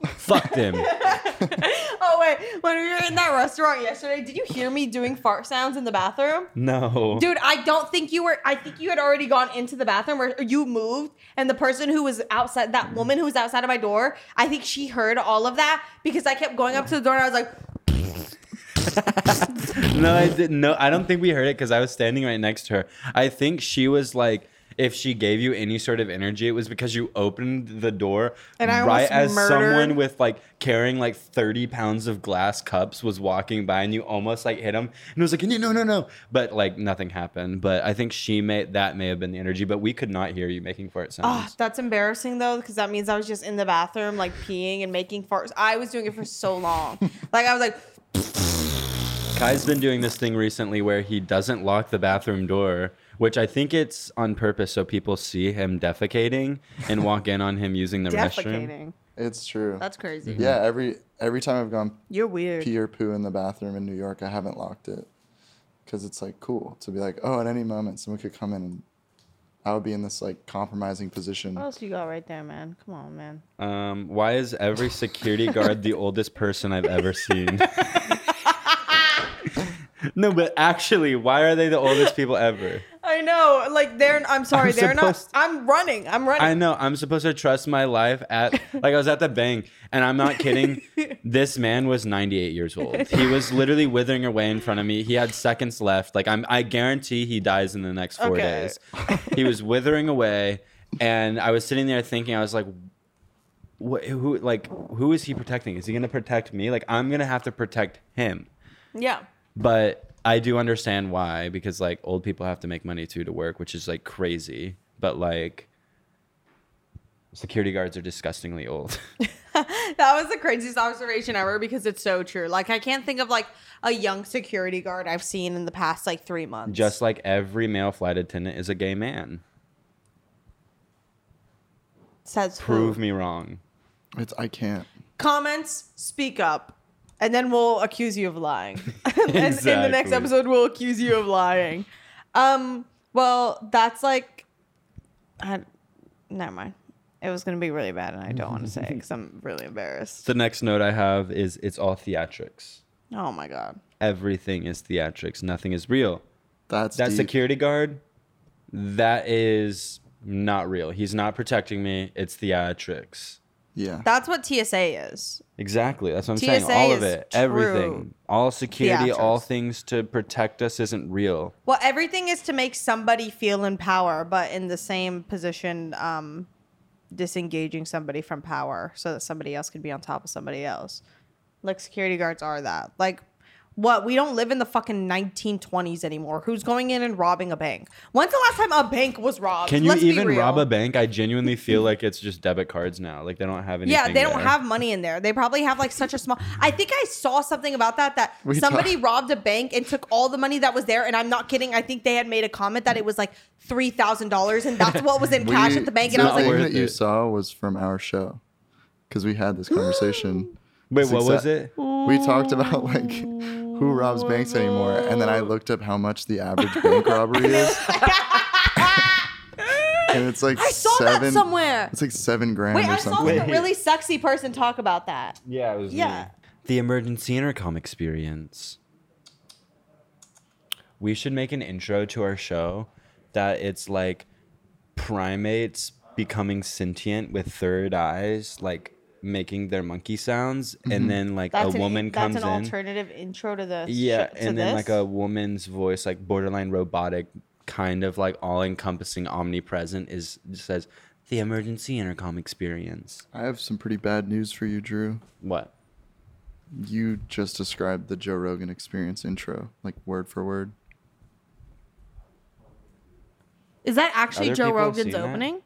A: Fuck them.
B: Oh wait, when we were in that restaurant yesterday, did you hear me doing fart sounds in the bathroom?
A: Mm. No.
B: Dude, I don't think you were I think you had already gone into the bathroom or you moved and the person who was outside
A: Mm.
B: that woman who was outside of my door, I think she heard all of that because I kept going up to the door and I was like,
A: No, I didn't. No, I don't think we heard it because I was standing right next to her. I think she was like, if she gave you any sort of energy, it was because you opened the door
B: And I
A: right
B: almost
A: as someone
B: murdered-
A: with like carrying like thirty pounds of glass cups was walking by, and you almost like hit him. And it was like, no, no, no, no. But like nothing happened. But I think she may that may have been the energy, but we could not hear you making fart
B: "Oh,
A: sounds.
B: that's embarrassing though because that means I was just in the bathroom like peeing and making farts. I was doing it for so long. like I was like,
A: Kai's been doing this thing recently where he doesn't lock the bathroom door, which I think it's on purpose so people see him defecating and walk in on him using the restroom.
B: defecating.
C: It's true.
B: That's crazy.
C: yeah, every every time I've gone
B: You're weird.
C: pee or poo in the bathroom in New York, I haven't locked it because it's like cool to be like, oh, at any moment someone could come in and I would be in this like compromising position.
B: What else you got right there, man? Come on, man.
A: Um, why is every security guard the oldest person I've ever seen? no, but actually, why are they the oldest people ever?
B: I know, like they're. I'm sorry,
A: I'm
B: they're not.
A: supposed-
B: I'm running. I'm running.
A: I know I'm supposed to trust my life at like I was at the bank and I'm not kidding. this man was 98 years old. He was literally withering away in front of me. He had seconds left. Like I'm I guarantee he dies in the next 4
B: Okay.
A: days. He was withering away and I was sitting there thinking I was like what who like who is he protecting? Is he going to protect me? Like I'm going to have to protect him.
B: yeah.
A: But I do understand why because like old people have to make money too to work, which is like crazy. But like security guards are disgustingly old.
B: That was the craziest observation ever because it's so true. Like I can't think of like a young security guard I've seen in the past like three months.
A: Just like every male flight attendant is a gay man.
B: says
A: Prove
B: who.
A: me wrong.
C: It's I can't.
B: Comments, speak up, and then we'll accuse you of lying. and in the next
A: Exactly.
B: episode, we'll accuse you of lying. Um. Well, that's like. I, never mind. It was gonna be really bad, and I don't want to say it because I'm really embarrassed.
A: The next note I have is it's all theatrics.
B: Oh my god.
A: Everything is theatrics. Nothing is real.
C: That's
A: That
C: deep.
A: security guard, that is not real. He's not protecting me. It's theatrics.
C: Yeah.
B: That's what TSA is.
A: Exactly. That's what I'm saying.
B: TSA
A: All of
B: is
A: it, everything,
B: true
A: all security, all
B: theatrics.
A: things to protect us isn't real.
B: Well, everything is to make somebody feel in power, but in the same position, um, disengaging somebody from power so that somebody else can be on top of somebody else. Like security guards are that. Like, what? We don't live in the fucking 1920s anymore. Who's going in and robbing a bank? When's the last time a bank was robbed?
A: Can you
B: Let's be
A: even
B: real.
A: rob a bank? I genuinely feel like it's just debit cards now. Like they don't have anything.
B: Yeah, they don't
A: there.
B: have money in there. They probably have like such a small. I think I saw something about that that
C: We
B: somebody
C: talk-
B: robbed a bank and took all the money that was there. And I'm not kidding. I think they had made a comment that it was like three thousand dollars, and that's what was in cash at the bank. And I
A: not
B: was
C: The
B: like,
C: thing
A: worth
C: that you
A: it.
C: saw was from our show because we had this conversation.
A: Wait,
C: It's
A: what was
C: exact-
A: it?
C: We talked about like who robs banks anymore, and then I looked up how much the average bank robbery is, and it's like
B: I saw that
C: seven,
B: somewhere.
C: It's like seven grand
B: Wait,
C: or
B: I saw
C: something.
B: like a really sexy person talk about that.
A: Yeah, it was.
B: Yeah.
A: me. The emergency intercom experience. We should make an intro to our show that it's like primates becoming sentient with third eyes, like making their monkey sounds, and then like
B: Mm-hmm. That's
A: a
B: an,
A: woman
B: that's
A: comes
B: an
A: in.
B: alternative intro to the
A: Yeah,
B: sh- to
A: and then
B: this?
A: like a woman's voice, like borderline robotic, kind of like all encompassing, omnipresent, is says the emergency intercom experience.
C: I have some pretty bad news for you, Drew.
A: What?
C: You just described the Joe Rogan Experience intro, like word for word.
B: is that actually
A: Other
B: Joe
A: people have
B: Rogan's
A: seen that?
B: opening?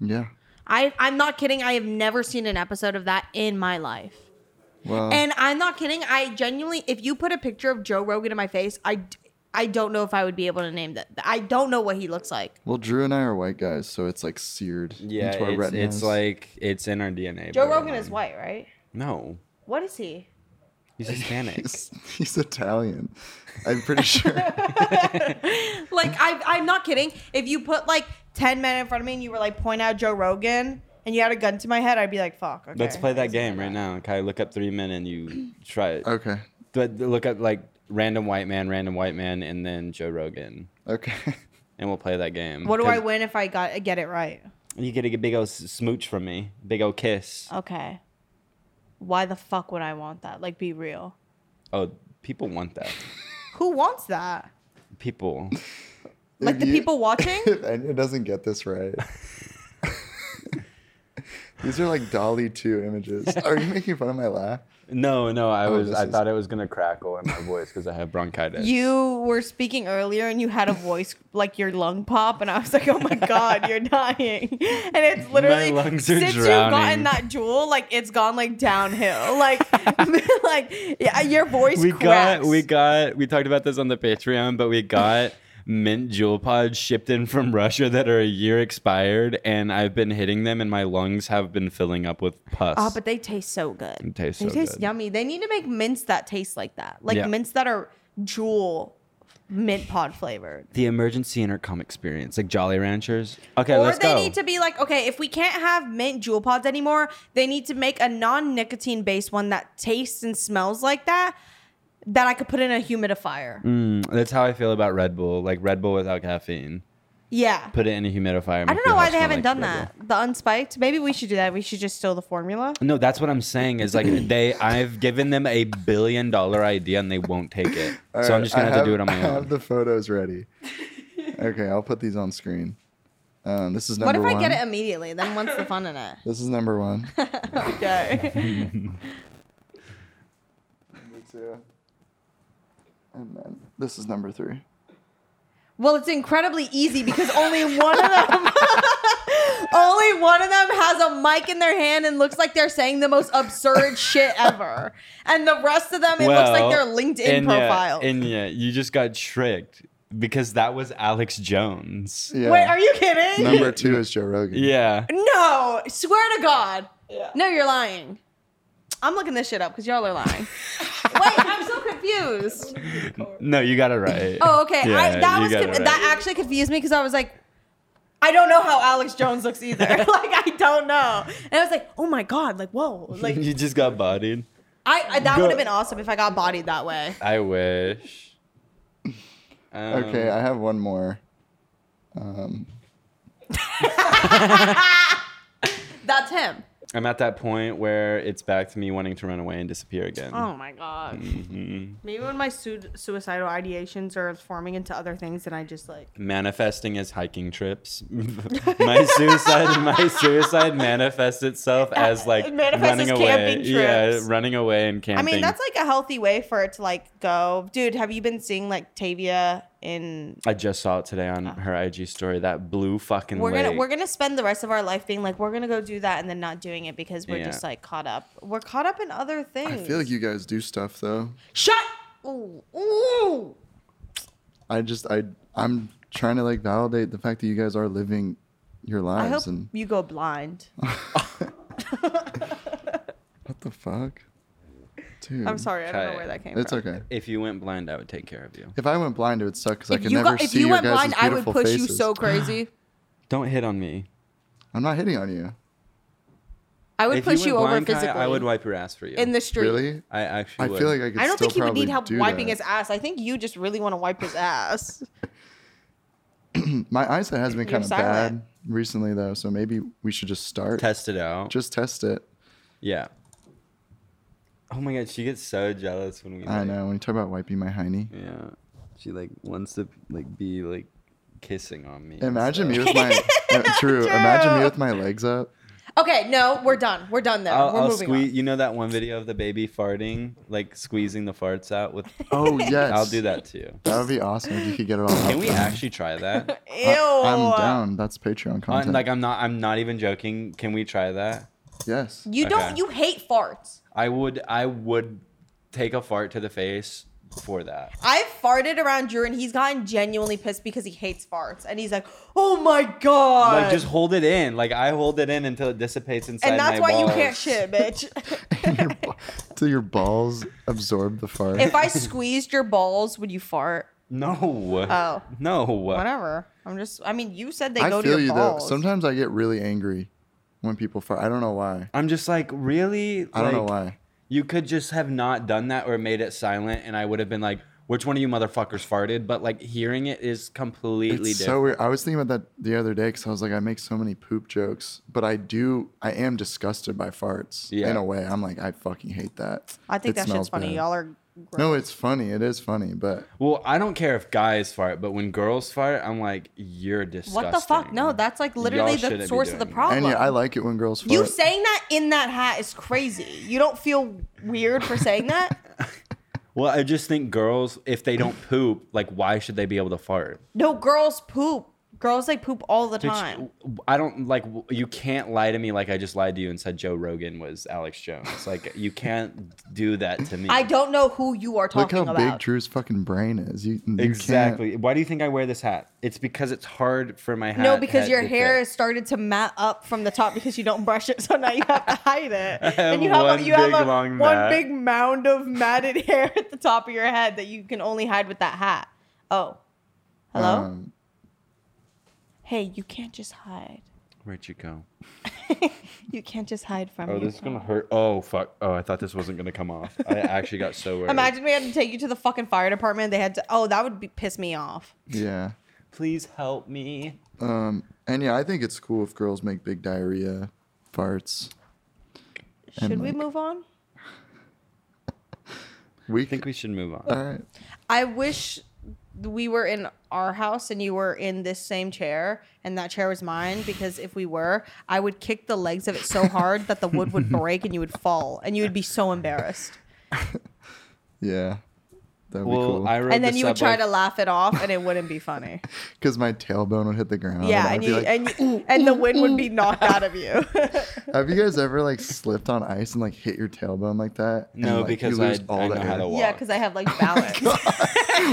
C: Yeah.
B: I I'm not kidding. I have never seen an episode of that in my life.
A: Oh.
C: Well,
B: And I'm not kidding. I genuinely, if you put a picture of Joe Rogan in my face, I, d- I don't know if I would be able to name that. I don't know what he looks like.
C: well, Drew and I are white guys, so it's like seared
A: Yeah,
C: into our
A: it's,
C: retinas.
A: it's like it's in our DNA.
B: Joe
A: borderline.
B: Rogan is white, right?
A: No,
B: What is he?
A: he's Hispanic.
C: he's, he's Italian. I'm pretty sure.
B: Like I, I'm not kidding. If you put like ten men in front of me and you were like point out Joe Rogan and you had a gun to my head, I'd be like, fuck. Okay.
A: Let's play that game right now. Okay, look up three men and you try it.
C: Okay.
A: Th- Look up like random white man, random white man, and then Joe Rogan,
C: Okay.
A: and we'll play that game.
B: What do I
A: 'Cause
B: win if I got get it right?
A: You get a big old s- smooch from me, big old kiss.
B: Okay. Why the fuck would I want that? Like, be real.
A: Oh, people want that.
B: Who wants that?
A: People.
B: Like
C: If
B: the
C: you-
B: people watching?
C: If Enya doesn't get this right. These are like Dolly 2 images. Are you making fun of my laugh?
A: No, no, I was.
C: this
A: I
C: is-
A: thought it was gonna crackle in my voice because I have bronchitis.
B: You were speaking earlier and you had a voice like your lung pop, and I was like, "Oh my god, you're dying!" And it's literally
A: lungs are
B: since you've
A: drowning.
B: gotten that jewel, like it's gone like downhill. Like, like yeah, your voice.
A: We got.
B: cracks.
A: We got. We talked about this on the Patreon, but we got mint jewel pods shipped in from Russia that are a year expired, and I've been hitting them, and my lungs have been filling up with pus.
B: Oh, but they taste so good.
A: They taste
B: they
A: so
B: taste
A: good.
B: yummy. They need to make mints that taste like that, like
A: Yeah.
B: mints that are jewel mint pod flavored.
A: the emergency intercom experience, like Jolly Ranchers. Okay,
B: or
A: let's
B: they
A: go.
B: need to be like, okay, if we can't have mint jewel pods anymore, they need to make a non-nicotine based one that tastes and smells like that that I could put in a humidifier.
A: Mm, that's how I feel about Red Bull. Like Red Bull without caffeine.
B: Yeah.
A: Put it in a humidifier.
B: I don't know why they haven't done that. The unspiked. Maybe we should do that. We should just steal the formula.
A: No, that's what I'm saying. Is like they, I've given them a billion dollar idea and they won't take it.
C: All
A: so I'm
C: right,
A: just gonna
C: I
A: have, to do it on
C: I
A: my
C: have
A: own.
C: the photos ready. Okay, I'll put these on screen. Um, this is
B: What
C: number
B: if
C: one.
B: I get it immediately? Then what's the fun in it?
C: This is number one.
B: Okay.
C: number two. And then this is number three.
B: well, it's incredibly easy because only one of them only one of them has a mic in their hand and looks like they're saying the most absurd shit ever. And the rest of them it looks like their LinkedIn
A: uh,
B: profile.
A: And yeah, you just got tricked because that was Alex Jones.
C: Yeah.
B: Wait, are you kidding?
C: number two is Joe Rogan.
A: Yeah.
B: No, swear to God. No, you're lying. I'm looking this shit up because y'all are lying. Wait, I'm so confused.
A: No, you got it right.
B: Oh, okay. I,
A: Yeah,
B: that
A: you
B: was
A: got
B: con-
A: it right.
B: that actually confused me because I was like, I don't know how Alex Jones looks either. like I don't know, and I was like, oh my god, like whoa, like
A: you just got bodied.
B: I, I that
A: Go-
B: would have been awesome if I got bodied that way.
A: I wish. Um,
C: Okay, I have one more.
B: That's him.
A: I'm at that point where it's back to me wanting to run away and disappear again.
B: Oh my god.
A: Mm-hmm.
B: Maybe when my su- suicidal ideations are forming into other things, and I just like
A: Manifesting as hiking trips. my suicide, my suicide manifests itself as like
B: It manifests
A: running
B: as
A: away.
B: camping
A: Yeah,
B: trips.
A: running away and camping.
B: I mean, that's like a healthy way for it to like go. Dude, have you been seeing like Tavia in?
A: I just saw it today on her IG story. That blue fucking.
B: We're gonna
A: lake.
B: we're gonna spend the rest of our life being like we're gonna go do that and then not doing it because we're
A: Yeah.
B: just like caught up. We're caught up in other things.
C: I feel like you guys do stuff though.
B: shut. Ooh, ooh.
C: I just I I'm trying to like validate the fact that you guys are living your
B: I
C: lives
B: hope
C: and
B: you go blind.
C: what the fuck, dude.
B: I'm sorry, I don't know
A: Okay.
B: where that came
C: It's
B: from.
C: okay.
A: If you went blind, I would take care of you.
C: If I went blind, it would suck because I
B: If
C: could
B: you,
C: never
B: got, if
C: see
B: you
C: your
B: went
C: guys'
B: blind,
C: beautiful
B: I would push
C: faces.
B: you so crazy.
A: Don't hit on me.
C: I'm not hitting on you.
B: I would
A: if
B: push you,
A: went
B: over
A: blind, Kai,
B: physically
A: I would wipe your ass for you.
B: in the street.
C: Really?
A: I actually.
C: I
A: would.
C: feel like I could.
B: I don't
C: still
B: think he would need
C: probably
B: help
C: do
B: wiping
C: that.
B: his ass. I think you just really want to wipe his ass.
C: My eyesight has been
B: You're
C: kind of
B: silent.
C: bad recently though, so maybe we should just start.
A: test it out.
C: Just test it.
A: yeah. Oh my god, she gets so jealous when we.
C: I
A: like-
C: know. When you talk about wiping my hiney,
A: Yeah. She like wants to like be like kissing on me. and
C: imagine me
A: stuff.
C: with my uh, true. Imagine me with my legs up.
B: okay, no, we're done. We're done there.
A: I'll,
B: we're
A: I'll
B: moving
A: squeeze. You know that one video of the baby farting, like squeezing the farts out with.
C: Oh yes.
A: I'll do that to you.
C: That would be awesome if you could get it all.
A: Can
C: up.
A: we actually try that?
B: on.
C: I-
B: Ew.
C: I'm down. That's Patreon
A: Uh,
C: content.
A: like I'm not. I'm not even joking. Can we try that?
C: yes.
B: You don't.
A: Okay.
B: You hate farts.
A: I would. I would take a fart to the face for that.
B: I've farted around Drew, and he's gotten genuinely pissed because he hates farts, and he's like, "Oh my god!"
A: Like just hold it in. Like I hold it in until it dissipates inside
B: Uh, and that's
A: my
B: why you
A: balls.
B: can't shit, bitch.
C: Your ba- Till your balls absorb the fart.
B: if I squeezed your balls, would you fart?
A: No.
B: Oh.
A: No.
B: Whatever. I'm just. I mean, you said they
C: I
B: go to
C: feel
B: your
C: you
B: balls.
C: though. Sometimes I get really angry when people fart. I don't know why.
A: I'm just like really.
C: I don't know
A: Like,
C: why.
A: You could just have not done that or made it silent, and I would have been like, "Which one of you motherfuckers farted?" But like hearing it is completely
C: It's so
A: different.
C: weird. I was thinking about that the other day because I was like, I make so many poop jokes, but I do. I am disgusted by farts
A: Yeah.
C: in a way. I'm like, I fucking hate that.
B: I think
C: It
B: that shit's
C: smells
B: funny.
C: bad.
B: Y'all are. gross.
C: No, it's funny. It is funny, but
A: well, I don't care if guys fart, but when girls fart, I'm like, "You're disgusting."
B: What the fuck? No, that's like
A: Y'all
B: literally
A: shouldn't be
B: the source of
A: doing
B: the
A: that.
B: problem.
C: and yeah, I like it when girls fart.
B: You saying that in that hat is crazy. You don't feel weird for saying that?
A: Well, I just think girls, if they don't poop, like, why should they be able to fart?
B: No, girls poop. Girls like poop all the
A: Bitch,
B: time.
A: w- I don't like w- you can't lie to me like I just lied to you and said Joe Rogan was Alex Jones. Like you can't do that to me.
B: I don't know who you are
C: Look
B: talking
C: how big
B: about.
C: Drew's fucking brain is. You, you
A: exactly.
C: Can't,
A: Why do you think I wear this hat? It's because it's hard for my hat.
B: no, because
A: head
B: your
A: to
B: hair
A: fit.
B: has started to mat up from the top because you don't brush it, so now you have to hide it. and you have
A: one
B: a, you have
A: big
B: a,
A: long
B: one
A: mat.
B: big mound of matted hair at the top of your head that you can only hide with that hat. Oh, hello.
A: Uh.
C: um,
B: hey, you can't just hide.
A: Where'd you go?
B: You can't just hide from.
A: Oh,
B: your
A: this is gonna
B: phone.
A: hurt. Oh fuck. Oh, I thought this wasn't gonna come off. I actually got so worried.
B: Imagine we had to take you to the fucking fire department. They had to. Oh, that would be, piss me off.
C: yeah.
A: Please help me.
C: Um, and yeah, I think it's cool if girls make big diarrhea farts.
B: Should we
C: like-
B: move on?
C: We
A: I think we should move on.
C: all right.
B: I wish we were in our house and you were in this same chair and that chair was mine because if we were, I would kick the legs of it so hard that the wood would break and you would fall and you would be so embarrassed.
C: Yeah, that would
A: Well,
C: be
A: I
C: cool.
A: rode
B: And then
A: the
B: you would try
A: subway-
B: to laugh it off and it wouldn't be funny.
C: Because my tailbone would hit the ground.
B: Yeah,
C: Oh, I'd
B: and
C: be
B: you,
C: like,
B: and you, and the wind would be knocked out of you.
C: Have you guys ever like slipped on ice and like hit your tailbone like that? And,
A: No,
C: like, you
A: because I,
C: lose
A: I know
C: that
A: how to
C: hair?
A: walk.
B: yeah, because I have like balance.
A: um,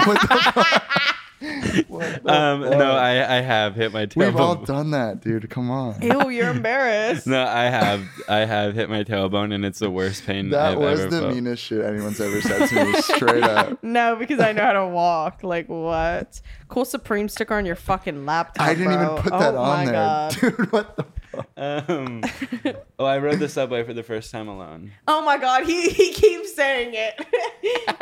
A: no, I, I have hit my tailbone.
C: We've all done that, dude. Come on.
B: Ew, you're embarrassed.
A: No, I have. I have hit my tailbone, and it's the worst pain
C: That
A: I've
C: was
A: ever
C: the
A: felt.
C: meanest shit anyone's ever said to me. Straight up.
B: No, because I know how to walk. Like what? Cool Supreme sticker on your fucking laptop.
C: I didn't
B: bro.
C: even put
B: Oh
C: that on
B: my
C: there,
B: God.
C: dude. What the?
A: Um, oh, I rode the subway for the first time alone.
B: Oh my god, he, he keeps saying it.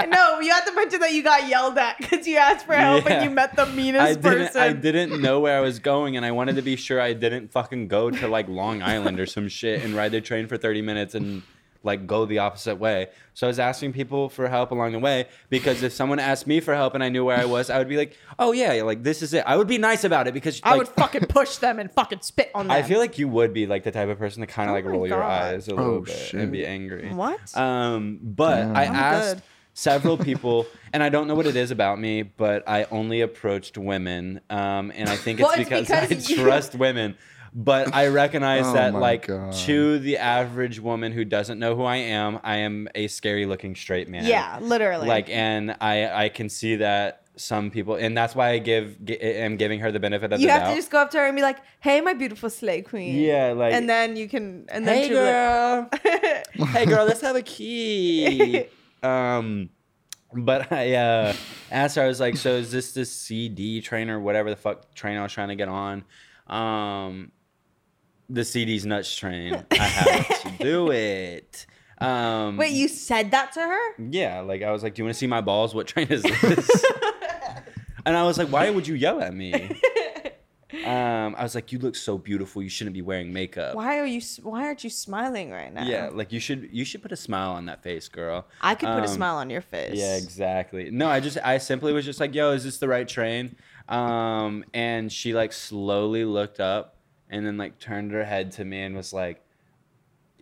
E: no, you have to mention that you got yelled at because you asked for help
A: Yeah.
E: and you met the meanest
A: I didn't,
E: person.
A: I didn't know where I was going, and I wanted to be sure I didn't fucking go to like Long Island or some shit and ride the train for 30 minutes and like go the opposite way. So I was asking people for help along the way because if someone asked me for help and I knew where I was, I would be like, oh yeah, like this is it. I would be nice about it because
E: I
A: like,
E: would fucking push them and fucking spit on them.
A: I feel like you would be like the type of person to kind of
E: Oh
A: like
E: my
A: roll your
E: God.
A: eyes a little
C: Oh,
A: bit
C: shit.
A: and be angry.
E: What?
A: Um, but I
C: Damn.
A: asked
E: good.
A: several people, and I don't know what it is about me, but I only approached women, um, and I think it's,
E: Well, it's
A: because,
E: because
A: I
E: you-
A: trust women. But I recognize
C: Oh
A: that,
C: my
A: like,
C: God.
A: to the average woman who doesn't know who I am, I am a scary-looking straight man
E: yeah, literally.
A: like and i i can see that some people and that's why i give gi- am giving her the benefit of
E: you
A: the
E: have
A: doubt
E: to just go up to her and be like, "Hey, my beautiful slay queen."
A: Yeah, like-
E: and then you can. And then
A: hey
E: she'll be like-
A: girl hey girl let's have a key um but i uh asked her i was like so is this this cd train or whatever the fuck train i was trying to get on um the cd's nuts train i have to do it um
E: Wait, you said that to her?
A: Yeah, like I was like, "Do you want to see my balls? What train is this?" and I was like, "Why would you yell at me?" Um, I was like, "You look so beautiful. You shouldn't be wearing makeup."
E: Why are you? s- Why aren't you smiling right now?
A: Yeah, like you should you should put a smile on that face, girl.
E: Um, I could put a
A: Um,
E: smile on your face.
A: Yeah, exactly. No, I just I simply was just like, "Yo, is this the right train?" Um, and she like slowly looked up and then like turned her head to me and was like,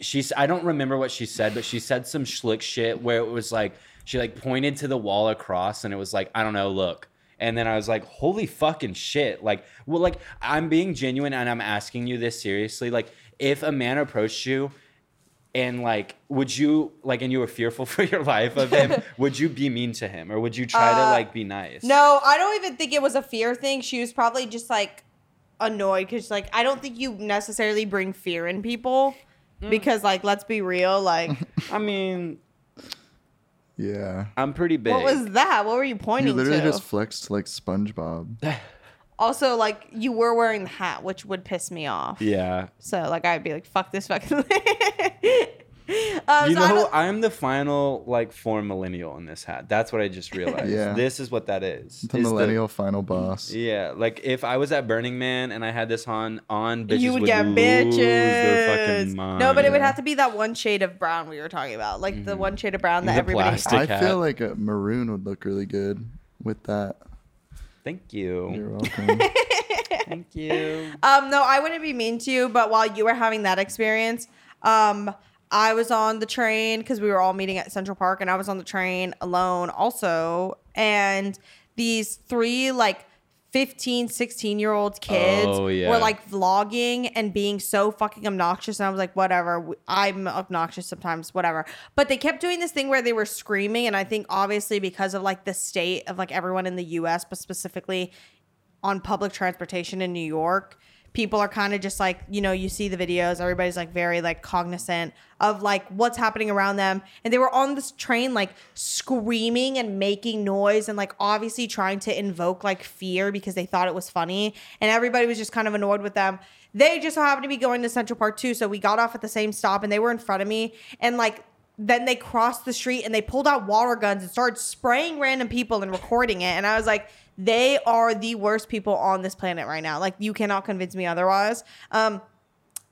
A: she's I don't remember what she said, but she said some schlick shit where it was like she like pointed to the wall across and it was like, I don't know, look. And then I was like, holy fucking shit. Like, well, like I'm being genuine and I'm asking you this seriously. Like, if a man approached you and like would you like and you were fearful for your life of him, would you be mean to him or would you try to
E: Uh,
A: like be nice?
E: No, I don't even think it was a fear thing. She was probably just like annoyed because like I don't think you necessarily bring fear in people because like let's be real, like
A: I mean,
C: Yeah.
A: I'm pretty big.
E: what was that? What were you
C: You
E: pointing
C: literally
E: to?
C: just flexed like SpongeBob.
E: also, like you were wearing the hat, which would piss me off.
A: yeah.
E: So like I'd be like, fuck this fucking. um, so
A: you
E: I
A: know,
E: don't-
A: I'm the final like four millennial in this hat. That's what I just realized.
C: Yeah.
A: This is what that is.
C: The
A: Is
C: millennial final boss.
A: yeah, like if I was at Burning Man and I had this on, on bitches
E: you would get
A: lose Their
E: bitches.
A: fucking mind.
E: No, but it would have to be that one shade of brown we were talking about, like the one shade of brown that
A: The
E: everybody.
A: plastic.
C: I
A: Stick
C: feel
A: hat.
C: like a maroon would look really good with that.
A: Thank
C: You're
A: you.
C: welcome.
A: Thank you.
E: Um, no, I wouldn't be mean to you, but while you were having that experience, um, I was on the train because we were all meeting at Central Park, and I was on the train alone also. And these three, like, 15, 16 year old kids
A: Oh, yeah.
E: were like vlogging and being so fucking obnoxious. And I was like, whatever, w- I'm obnoxious sometimes, whatever. But they kept doing this thing where they were screaming. And I think, obviously, because of like the state of like everyone in the US, but specifically on public transportation in New York, people are kind of just like, you know, you see the videos, everybody's like very like cognizant of like what's happening around them. And they were on this train like screaming and making noise and like obviously trying to invoke like fear because they thought it was funny. And everybody was just kind of annoyed with them. They just so happened to be going to Central Park too. So we got off at the same stop and they were in front of me. And like then they crossed the street and they pulled out water guns and started spraying random people and recording it. And I was like, they are the worst people on this planet right now. Like, you cannot convince me otherwise. Um,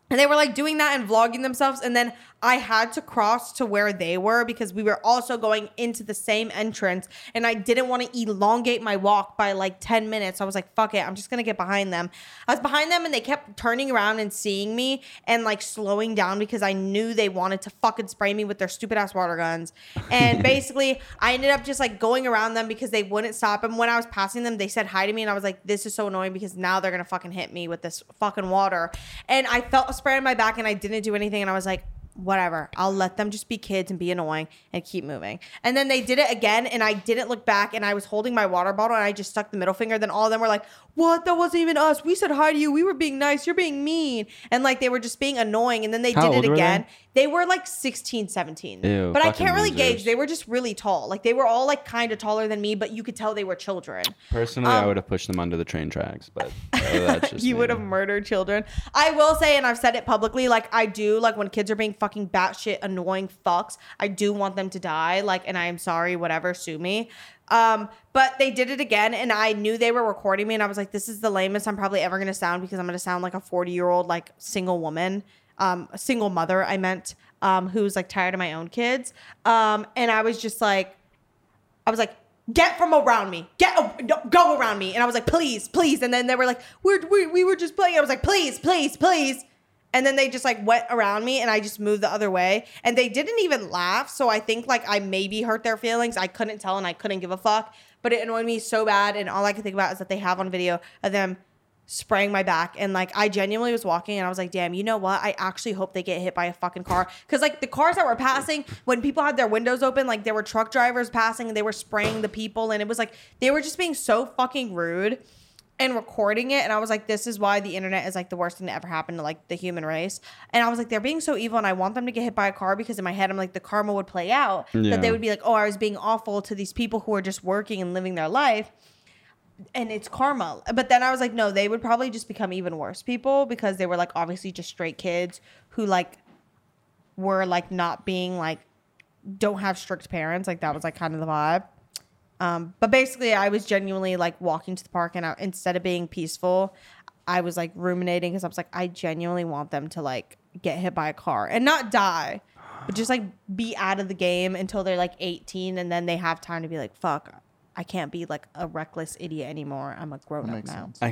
E: and they were like doing that and vlogging themselves. And then I had to cross to where they were because we were also going into the same entrance. And I didn't want to elongate my walk by like 10 minutes. I was like, fuck it. I'm just going to get behind them. I was behind them and they kept turning around and seeing me and like slowing down because I knew they wanted to fucking spray me with their stupid ass water guns. And basically, I ended up just like going around them because they wouldn't stop. And when I was passing them, they said hi to me. And I was like, this is so annoying because now they're going to fucking hit me with this fucking water. And I felt a spray on my back and I didn't do anything. And I was like, whatever, I'll let them just be kids and be annoying and keep moving. And then they did it again. And I didn't look back. And I was holding my water bottle and I just stuck the middle finger. Then all of them were like, what? That wasn't even us. We said hi to you. We were being nice. You're being mean. And like they were just being annoying. And then they
A: How
E: did
A: old
E: it
A: were they?
E: again. They were like 16, 17.
A: Ew,
E: but I
A: fucking
E: can't really
A: losers.
E: gauge. They were just really tall. Like they were all like kind of taller than me, but you could tell they were children.
A: Personally, I would have pushed them under the train tracks, but uh, that's just
E: Um, You
A: me.
E: would have murdered children. I will say, and I've said it publicly, like I do, like when kids are being fucking batshit annoying fucks. I do want them to die. Like, and I am sorry, whatever, sue me. Um, but they did it again, and I knew they were recording me, and I was like, this is the lamest I'm probably ever gonna sound because I'm gonna sound like a 40 year old, like single woman, um, a single mother, I meant, um, who's like tired of my own kids. Um, and I was just like, I was like, get from around me, get a- no, go around me, and I was like, please, please. And then they were like, we're, we we were just playing. I was like, please, please, please. And then they just like went around me, and I just moved the other way. And they didn't even laugh, so I think like I maybe hurt their feelings. I couldn't tell, and I couldn't give a fuck. But it annoyed me so bad, and all I could think about is that they have on video of them spraying my back and like I genuinely was walking and I was like damn you know what I actually hope they get hit by a fucking car cuz like the cars that were passing when people had their windows open like there were truck drivers passing and they were spraying the people and it was like they were just being so fucking rude and recording it and I was like this is why the internet is like the worst thing to ever happen to like the human race and I was like they're being so evil and I want them to get hit by a car because in my head I'm like the karma would play out
A: Yeah.
E: that they would be like oh I was being awful to these people who are just working and living their life and it's karma. But then I was like, no, they would probably just become even worse people because they were like obviously just straight kids who like were like not being like don't have strict parents. Like that was like kind of the vibe. Um, but basically, I was genuinely like walking to the park, and I, instead of being peaceful, I was like ruminating because I was like, I genuinely want them to like get hit by a car and not die, but just like be out of the game until they're like 18, and then they have time to be like, fuck, I can't be like a reckless idiot anymore. I'm a grown up
C: makes
E: now.
C: sense.
A: I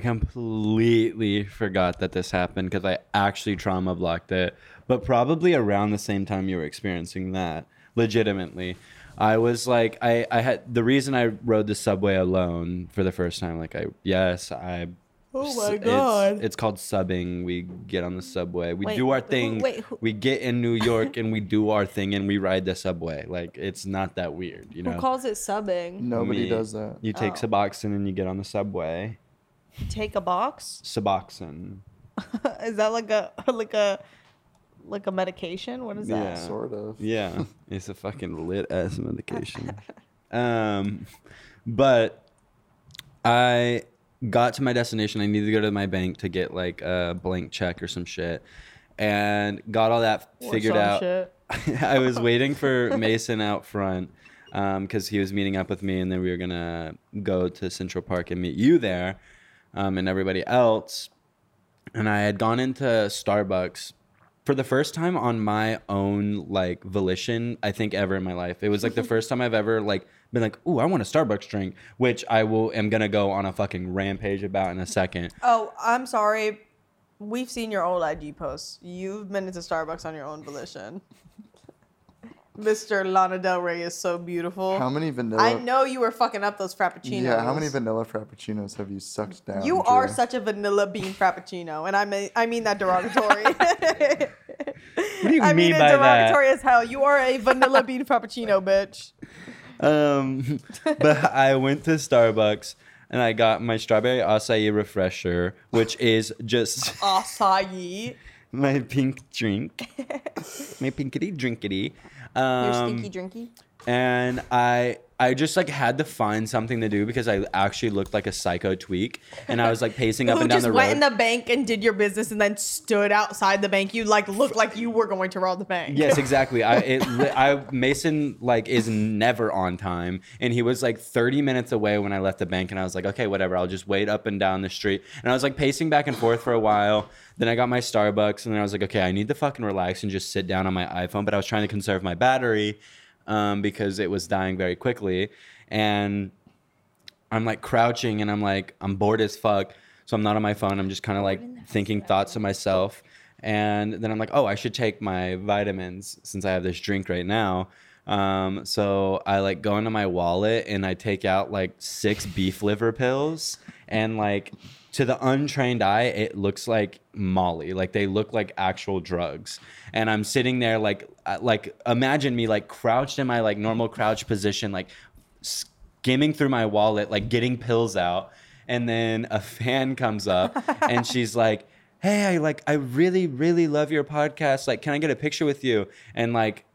A: completely forgot that this happened because I actually trauma blocked it. But probably around the same time you were experiencing that, legitimately. I was like, I, I had the reason I rode the subway alone for the first time. Like, I, yes, I.
E: Oh
A: s-
E: my
A: it's-
E: God.
A: It's, called subbing. We get on the subway. We
E: Wait,
A: do our
E: who-
A: thing.
E: wait, who-
A: we get in New York and we do our thing and we ride the subway. Like, it's not that weird, you know?
F: Who calls it subbing?
C: Nobody
A: Me.
C: does that.
A: You take
E: Oh.
A: Suboxone and you get on the subway.
E: Take a box?
A: Suboxone.
E: Is that like a like a like a medication? What is that?
A: Yeah.
C: Sort of.
A: Yeah, it's a fucking lit ass medication. um, but I got to my destination. I needed to go to my bank to get like a blank check or some shit, and got all that
E: Or
A: figured
E: some
A: out.
E: shit.
A: I was waiting for Mason out front because he was meeting up with me, and then we were gonna go to Central Park and meet you there um, and everybody else. And I had gone into Starbucks for the first time on my own like volition, I think ever in my life. It was like the first time I've ever like been like, "Ooh, I want a Starbucks drink," which I will am gonna go on a fucking rampage about in a second.
E: Oh, I'm sorry. We've seen your old IG posts. You've been into Starbucks on your own volition. Mr. Lana Del Rey is so beautiful.
C: How many vanilla?
E: I know you were fucking up those frappuccinos.
C: Yeah, how many vanilla frappuccinos have you sucked down?
E: You are
C: Drew?
E: such a vanilla bean frappuccino, and I mean I mean that derogatory.
A: What do you
E: I mean,
A: mean
E: it
A: by
E: derogatory as hell. You are a vanilla bean frappuccino, bitch.
A: that? Um, but I went to Starbucks and I got my strawberry acai refresher, which is just.
E: Acai.
A: my pink drink, my pinkity drinkity.
F: Your
A: Um,
F: stinky drinky.
A: and I I just like had to find something to do because I actually looked like a psycho tweak, and I was like pacing up
E: Who
A: and down
E: just
A: the
E: went
A: road.
E: in the bank and did your business and then stood outside the bank. You like looked like you were going to rob the bank.
A: Yes, exactly. I it li- I Mason like is never on time, and he was like 30 minutes away when I left the bank, and I was like, okay, whatever. I'll just wait up and down the street, and I was like pacing back and forth for a while. Then I got my Starbucks, and then I was like, okay, I need to fucking relax and just sit down on my iPhone. But I was trying to conserve my battery um, because it was dying very quickly, and I'm like crouching and I'm like I'm bored as fuck. So I'm not on my phone. I'm just kind of like thinking thoughts to myself. And then I'm like, oh, I should take my vitamins since I have this drink right now. Um, so I like go into my wallet and I take out like six beef liver pills. And like to the untrained eye, it looks like Molly. Like they look like actual drugs. And I'm sitting there like uh, like imagine me like crouched in my like normal crouch position, like skimming through my wallet, like getting pills out. And then a fan comes up and she's like, Hey, I like I really, really love your podcast. Like, can I get a picture with you? And like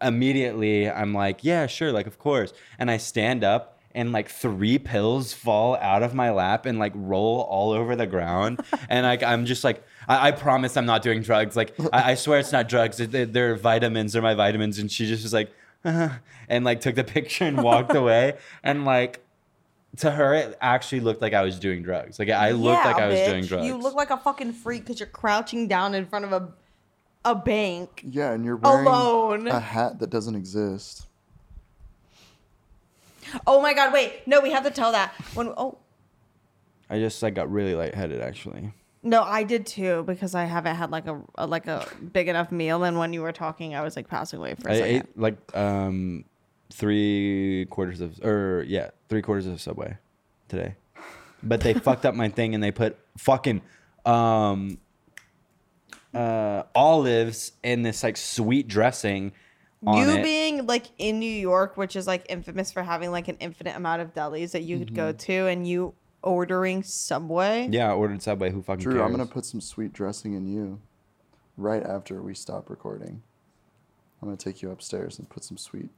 A: immediately I'm like, Yeah, sure, like of course. And I stand up and like three pills fall out of my lap and like roll all over the ground. and like I'm just like, I, I promise I'm not doing drugs. Like I, I swear it's not drugs. It- they- they're vitamins. They're my vitamins. And she just was like, and like took the picture and walked away. And like to her, it actually looked like I was doing drugs. Like I looked like I was doing drugs.
G: You look like a fucking freak because you're crouching down in front of a a bank.
C: Yeah, and you're wearing
G: Alone.
C: a hat that doesn't exist.
E: Oh my god, wait. No, we have to tell that. When oh
A: I just like got really lightheaded actually.
E: no, I did too because I haven't had like a, a- like a big enough meal and when you were talking I was like passing away for a
A: I
E: second.
A: ate like um three quarters of or yeah, three quarters of Subway today. But they fucked up my thing and they put fucking um uh olives in this like sweet dressing on
E: you
A: it.
E: being like in New York, which is like infamous for having like an infinite amount of delis that you could
A: Mm-hmm.
E: go to, and you ordering Subway.
A: yeah, I ordered Subway. Who fucking
C: Drew,
A: cares?
C: I'm gonna put some sweet dressing in you right after we stop recording. I'm gonna take you upstairs and put some sweet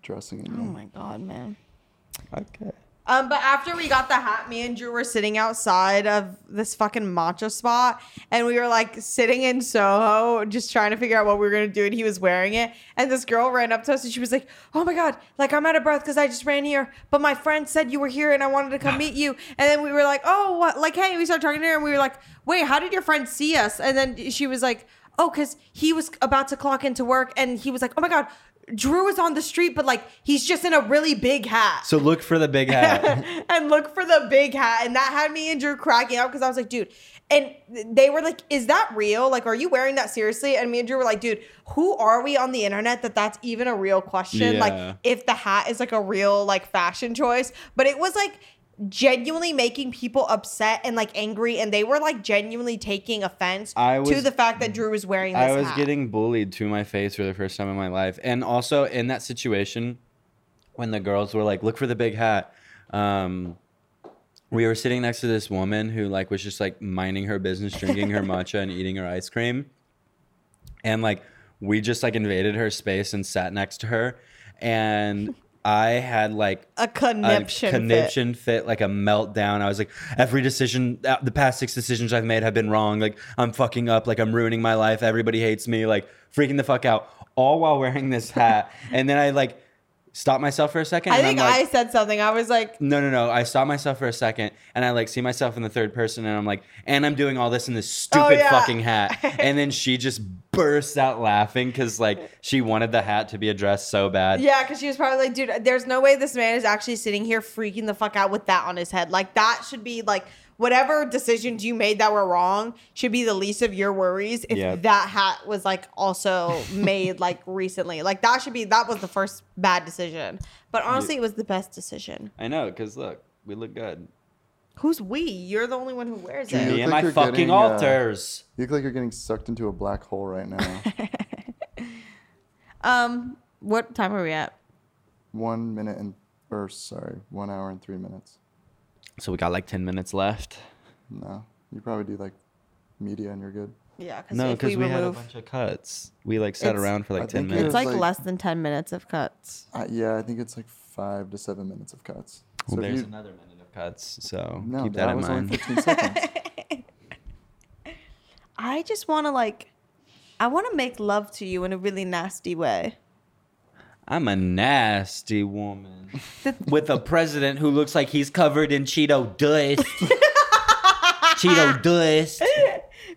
C: dressing in you.
E: Oh my god, man.
A: okay.
E: Um, but after we got the hat, me and Drew were sitting outside of this fucking matcha spot, and we were like sitting in Soho, just trying to figure out what we were gonna do. And he was wearing it, and this girl ran up to us, and she was like, "Oh my god, like I'm out of breath because I just ran here, but my friend said you were here, and I wanted to come meet you." And then we were like, "Oh, what? Like, hey," we started talking to her, and we were like, "Wait, how did your friend see us?" And then she was like, "Oh, because he was about to clock into work, and he was like, oh my god." Drew is on the street, but like he's just in a really big hat
A: So look for the big hat.
E: and look for the big hat. And that had me and Drew cracking up because I was like, dude. And they were like, is that real? Like, are you wearing that seriously? And me and Drew were like, dude, who are we on the internet that that's even a real question?
A: Yeah.
E: Like, if the hat is like a real like fashion choice. But it was like genuinely making people upset and like angry. And they were like genuinely taking offense
A: I
E: to
A: was-
E: the fact that Drew was wearing this
A: I was
E: hat.
A: getting bullied to my face for the first time in my life. And also in that situation, when the girls were like, look for the big hat, um, we were sitting next to this woman who like was just like minding her business, drinking her matcha and eating her ice cream. And like we just like invaded her space and sat next to her. And I had like
E: a conniption.
A: a
E: fit.
A: conniption fit. like a meltdown. I was like, every decision, uh, the past six decisions I've made have been wrong. Like, I'm fucking up. Like, I'm ruining my life. Everybody hates me. Like, freaking the fuck out, all while wearing this hat. and then I like stopped myself for a second.
E: I
A: and
E: think
A: I'm like,
E: I said something. I was like,
A: no, no, no. I saw myself for a second and I like see myself in the third person and I'm like, and I'm doing all this in this stupid
E: Oh, yeah.
A: fucking hat. And then she just bursts out laughing because like she wanted the hat to be addressed so bad.
E: Yeah, because she was probably like, dude, there's no way this man is actually sitting here freaking the fuck out with that on his head. Like, that should be like, whatever decisions you made that were wrong should be the least of your worries if
A: Yep.
E: that hat was like also made like recently. Like, that should be, that was the first bad decision. But honestly, it was the best decision.
A: I know, because look, we look good.
E: Who's we? You're the only one who wears
C: Do you
A: Me
E: it.
C: think
A: and my
C: you're
A: fucking
C: getting, uh,
A: altars.
C: You look like you're getting sucked into a black hole right now.
E: Um, what time are we at?
C: one minute and, or sorry, one hour and three minutes.
A: So we got like 10 minutes left.
C: No, you probably do like media and you're good.
E: Yeah, because
A: No,
E: if we,
A: because we, had a
E: remove,
A: bunch of cuts. We like sat
E: It's-
A: around for
C: I
A: like 10
C: think it
A: minutes.
E: it's like,
C: Like-
E: less than 10 minutes of cuts.
C: Uh, yeah, I think it's like five to seven minutes of cuts. So
A: Well,
C: if
A: there's
C: you,
A: another minute of cuts. So
C: no,
A: keep
C: that,
A: that, in
C: was only
A: mind.
C: 15 seconds.
E: I just want to like, I want to make love to you in a really nasty way.
A: I'm a nasty woman with a president who looks like he's covered in Cheeto dust. Cheeto dust.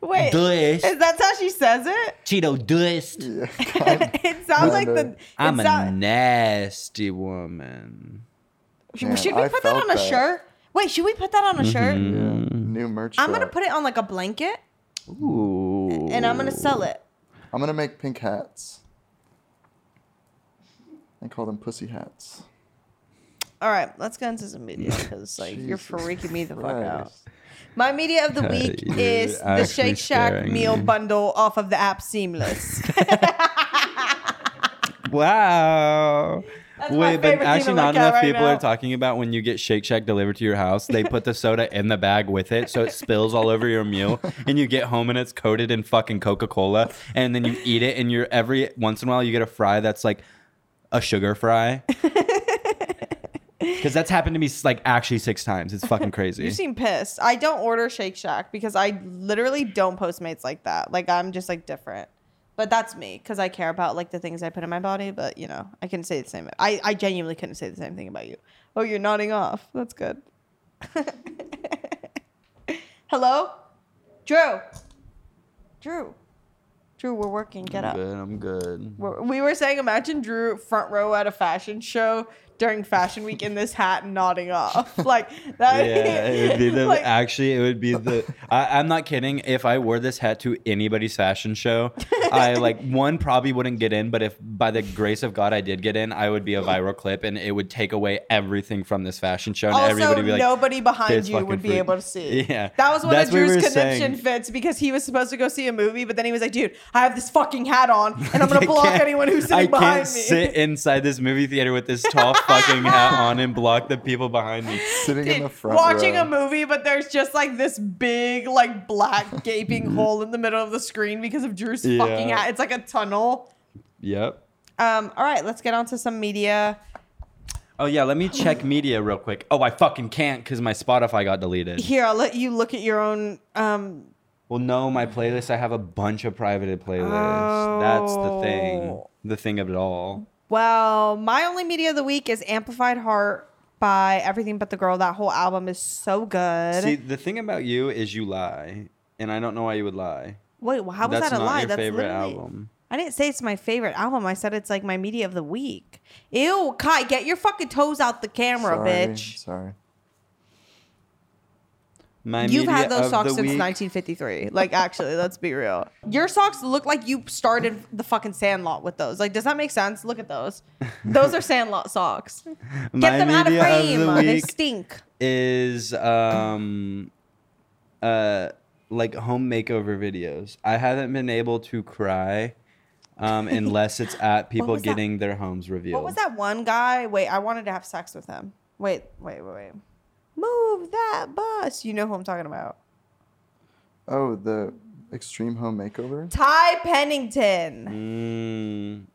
E: Wait,
A: Dust.
E: is that how she says it?
A: Cheeto dust.
C: Yeah.
E: It sounds like the.
C: Kinda.
E: It
A: I'm a
E: sound-
A: nasty woman.
C: Man,
E: should we
C: I
E: put that
C: felt
E: on a
C: that.
E: shirt? Wait, should we put that
A: Mm-hmm.
E: on a shirt?
C: Yeah, New merch.
E: I'm gonna
C: drop.
E: put it on like a blanket,
A: Ooh.
E: and I'm gonna sell it.
C: I'm gonna make pink hats. I call them pussy hats.
E: All right, let's go into some media because like you're
C: Jesus
E: freaking me the fuck out.
C: Christ.
E: My media of the week
A: You're
E: is the
A: actually
E: Shake Shack
A: scaring
E: meal
A: me.
E: bundle off of the app Seamless.
A: Wow.
E: That's my
A: Wait, but
E: favorite thing
A: actually,
E: to
A: not
E: look at
A: enough
E: right
A: people
E: now.
A: are talking about when you get Shake Shack delivered to your house. They put the soda in the bag with it, so it spills all over your meal, and you get home and it's coated in fucking Coca Cola, and then you eat it, and you're every once in a while you get a fry that's like a sugar fry. Because that's happened to me s- like actually six times. It's fucking crazy.
E: You seem pissed. I don't order Shake Shack because I literally don't Postmates like that. Like I'm just like different. But that's me because I care about like the things I put in my body. But you know, I couldn't say the same. I I genuinely couldn't say the same thing about you. Oh, you're nodding off. That's good. Hello, Drew. Drew. Drew, we're working. Get
A: I'm
E: up.
A: good. I'm good.
E: We're- We were saying, imagine Drew front row at a fashion show during Fashion Week in this hat and nodding off. Like that.
A: Yeah, it would be the
E: like,
A: actually it would be the I, I'm not kidding. If I wore this hat to anybody's fashion show, I like one probably wouldn't get in, but if by the grace of God I did get in, I would be a viral clip and it would take away everything from this fashion show and everybody
E: also,
A: would be like
E: nobody behind
A: "This
E: you would
A: fucking
E: be
A: freak."
E: able to see.
A: Yeah.
E: that was one
A: That's
E: of
A: what we
E: Drew's
A: were saying.
E: conniption fits because he was supposed to go see a movie, but then he was like, "Dude, I have this fucking hat on, and I'm gonna
A: I
E: block
A: can't-
E: anyone who's sitting
A: I
E: behind
A: can't
E: me."
A: sit inside this movie theater with this tall fucking hat on and block the people behind me.
C: Sitting in the
E: Dude,
C: front
E: watching
C: row.
E: a movie, but there's just like this big, like black gaping hole in the middle of the screen because of Drew's fucking
A: Yeah.
E: hat. It's like a tunnel.
A: Yep.
E: Um, all right, let's get on to some media.
A: Oh yeah, let me check media real quick. Oh, I fucking can't because my Spotify got deleted.
E: Here, I'll let you look at your own. Um,
A: Well, no, my
E: Mm-hmm.
A: playlist. I have a bunch of private playlists. That's the thing.
E: Oh.
A: The thing of it all.
E: well, my only media of the week is Amplified Heart by Everything But the Girl. That whole album is so good.
A: See, the thing about you is you lie, and I don't know why you would lie.
E: Wait, well, how was
A: That's
E: that a
A: not
E: lie?
A: your favorite
E: literally-
A: album.
E: I didn't say it's my favorite album. I said it's like my media of the week. Ew, Kai, get your fucking toes out the camera,
C: Sorry,
E: bitch.
C: Sorry.
A: My
E: You've
A: media
E: had those
A: of
E: socks
A: the
E: since
A: week-
E: 1953. Like, actually, let's be real. Your socks look like you started the fucking Sandlot with those. Like, does that make sense? Look at those. Those are Sandlot socks. Get
A: My
E: them out of
A: media of
E: frame.
A: the
E: they
A: week
E: stink.
A: is um uh like home makeover videos. I haven't been able to cry um unless it's at people
E: was that?
A: getting their homes revealed.
E: What was that one guy? Wait, I wanted to have sex with him. Wait, wait, wait, wait. Move that bus. You know who I'm talking about.
C: Oh, the extreme home makeover.
E: Ty Pennington.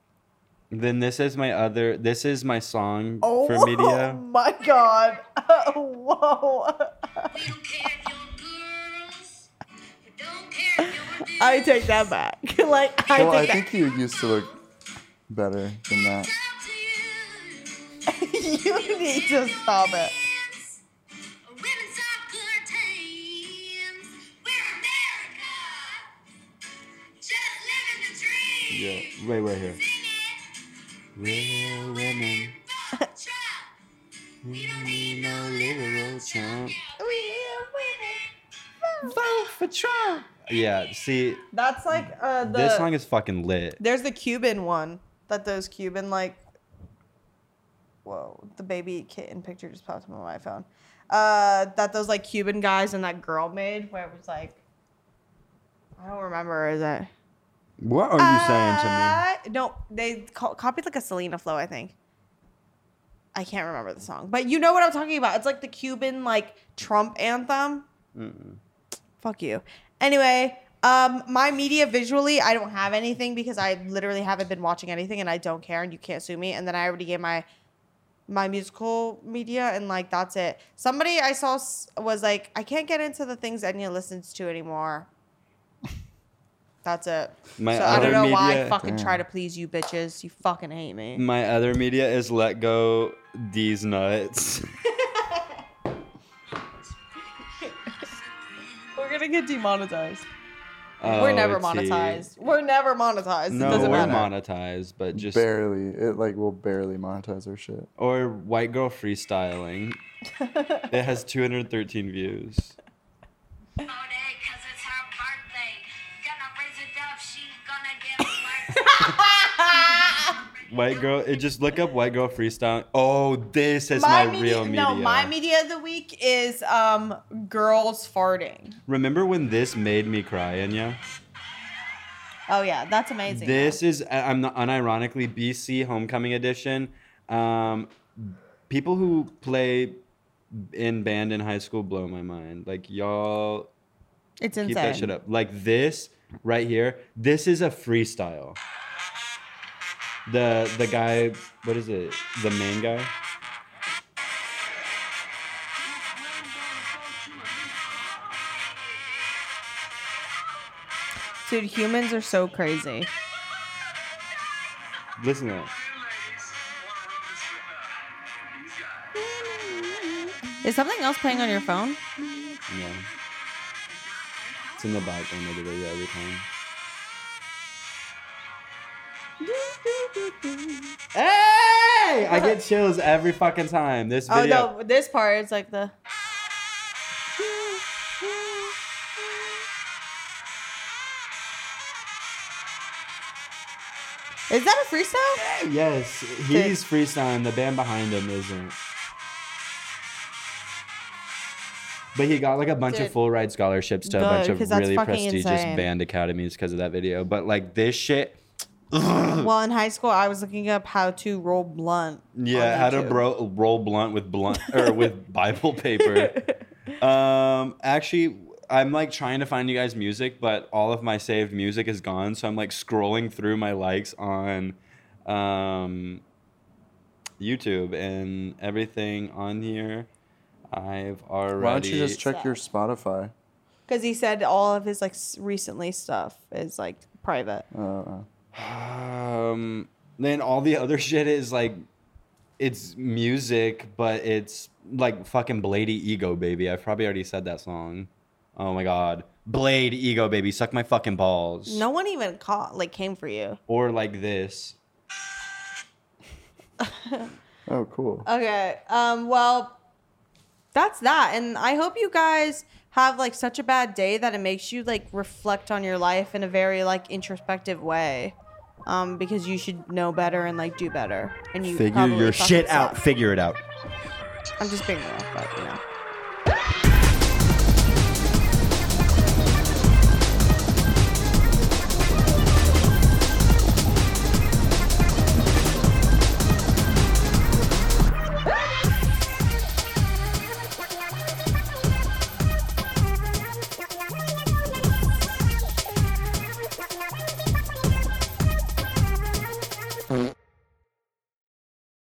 A: Mm. Then this is my other. This is my song
E: Oh
A: for media.
E: my god. Whoa.
D: We don't care if you're girls. We don't care if you're dudes.
E: I take that back. like I
C: Well, I
E: take
C: think you used to look better than that.
D: Up to you.
E: that. you need to stop it.
D: Women's are good times. We're America. Just living the dream.
A: Yeah, right, right here.
D: Sing it. Real women. don't Trump. We don't need no liberal Trump.
A: Vote for Trump. Yeah. See,
E: That's like uh the
A: this song is fucking lit.
E: There's the Cuban one that those Cuban like. Whoa, the baby kitten picture just popped up on my phone. Uh, that those like Cuban guys and that girl made where it was like, I don't remember. Is it?
A: What are you saying to
E: Uh, No, they co- copied like a Selena flow, I think. I can't remember the song, but you know what I'm talking about. It's like the Cuban like Trump anthem. Fuck you. Anyway, um, my media visually, I don't have anything because I literally haven't been watching anything, and I don't care, and you can't sue me. And then I already gave my my musical media, and like that's it. Somebody I saw s- was like, I can't get into the things Enya listens to anymore. That's it.
A: My
E: so I don't
A: other
E: know why I
A: media-
E: fucking try
C: Damn.
E: to please you bitches. You fucking hate me.
A: me? My other media is let go these nuts.
E: We're gonna get demonetized.
A: Oh,
E: we're never
A: it's he.
E: monetized. We're never monetized. it
A: No,
E: doesn't
A: we're
E: matter.
A: monetized, but just
C: barely. It like will barely monetize our shit.
A: or white girl freestyling. it has 213 views.
D: All day 'cause it's her birthday. Gonna raise it up. She gonna get worked.
A: White girl, it just look up white girl freestyling. Oh, this is my, real media.
E: No, my media of the week is um girls farting.
A: Remember when this made me cry, Enya?
E: Oh yeah, that's amazing.
A: This is I- I'm not unironically BC Homecoming Edition. Um, people who play in band in high school blow my mind. Like y'all
E: it's
A: keep
E: insane.
A: that shit up. Like this right here. This is a freestyle. The the guy, what is it? The main guy.
B: Dude, humans are so crazy.
A: Listen to that.
B: Is something else playing on your phone?
A: Yeah. It's in the background of the video every time. Hey! I get chills every fucking time. This
B: Oh
A: video.
B: no, this part is like the. Is that a freestyle?
A: Yes, he's freestyling. The band behind him isn't. But he got like a bunch
B: Dude.
A: of full ride scholarships to a
B: Good,
A: bunch of
B: 'cause that's
A: really
B: fucking
A: prestigious
B: insane.
A: band academies because of that video. But like this shit,
B: Well, in high school, I was looking up how to roll blunt. on
A: yeah, how to
B: YouTube.
A: bro- roll blunt with blunt or with Bible paper. Um, actually, I'm like trying to find you guys' music, but all of my saved music is gone. So I'm like scrolling through my likes on um, YouTube and everything on here. I've already.
C: Why don't you just check your Spotify?
B: Because he said all of his like s- recently stuff is like private.
A: Um, then all the other shit is like, it's music, but it's like fucking Blady Ego Baby. I've probably already said that song. Oh my god. Blade Ego Baby, suck my fucking balls.
B: No one even caught like came for you.
A: Or like this.
C: Oh, cool.
B: Okay. Um. Well, that's that. And I hope you guys have like such a bad day that it makes you like reflect on your life in a very like introspective way. Um, because you should know better and like do better. And you
A: Figure
B: probably
A: your
B: fucking
A: shit out.
B: suck.
A: Figure it out.
B: I'm just being real, but you know.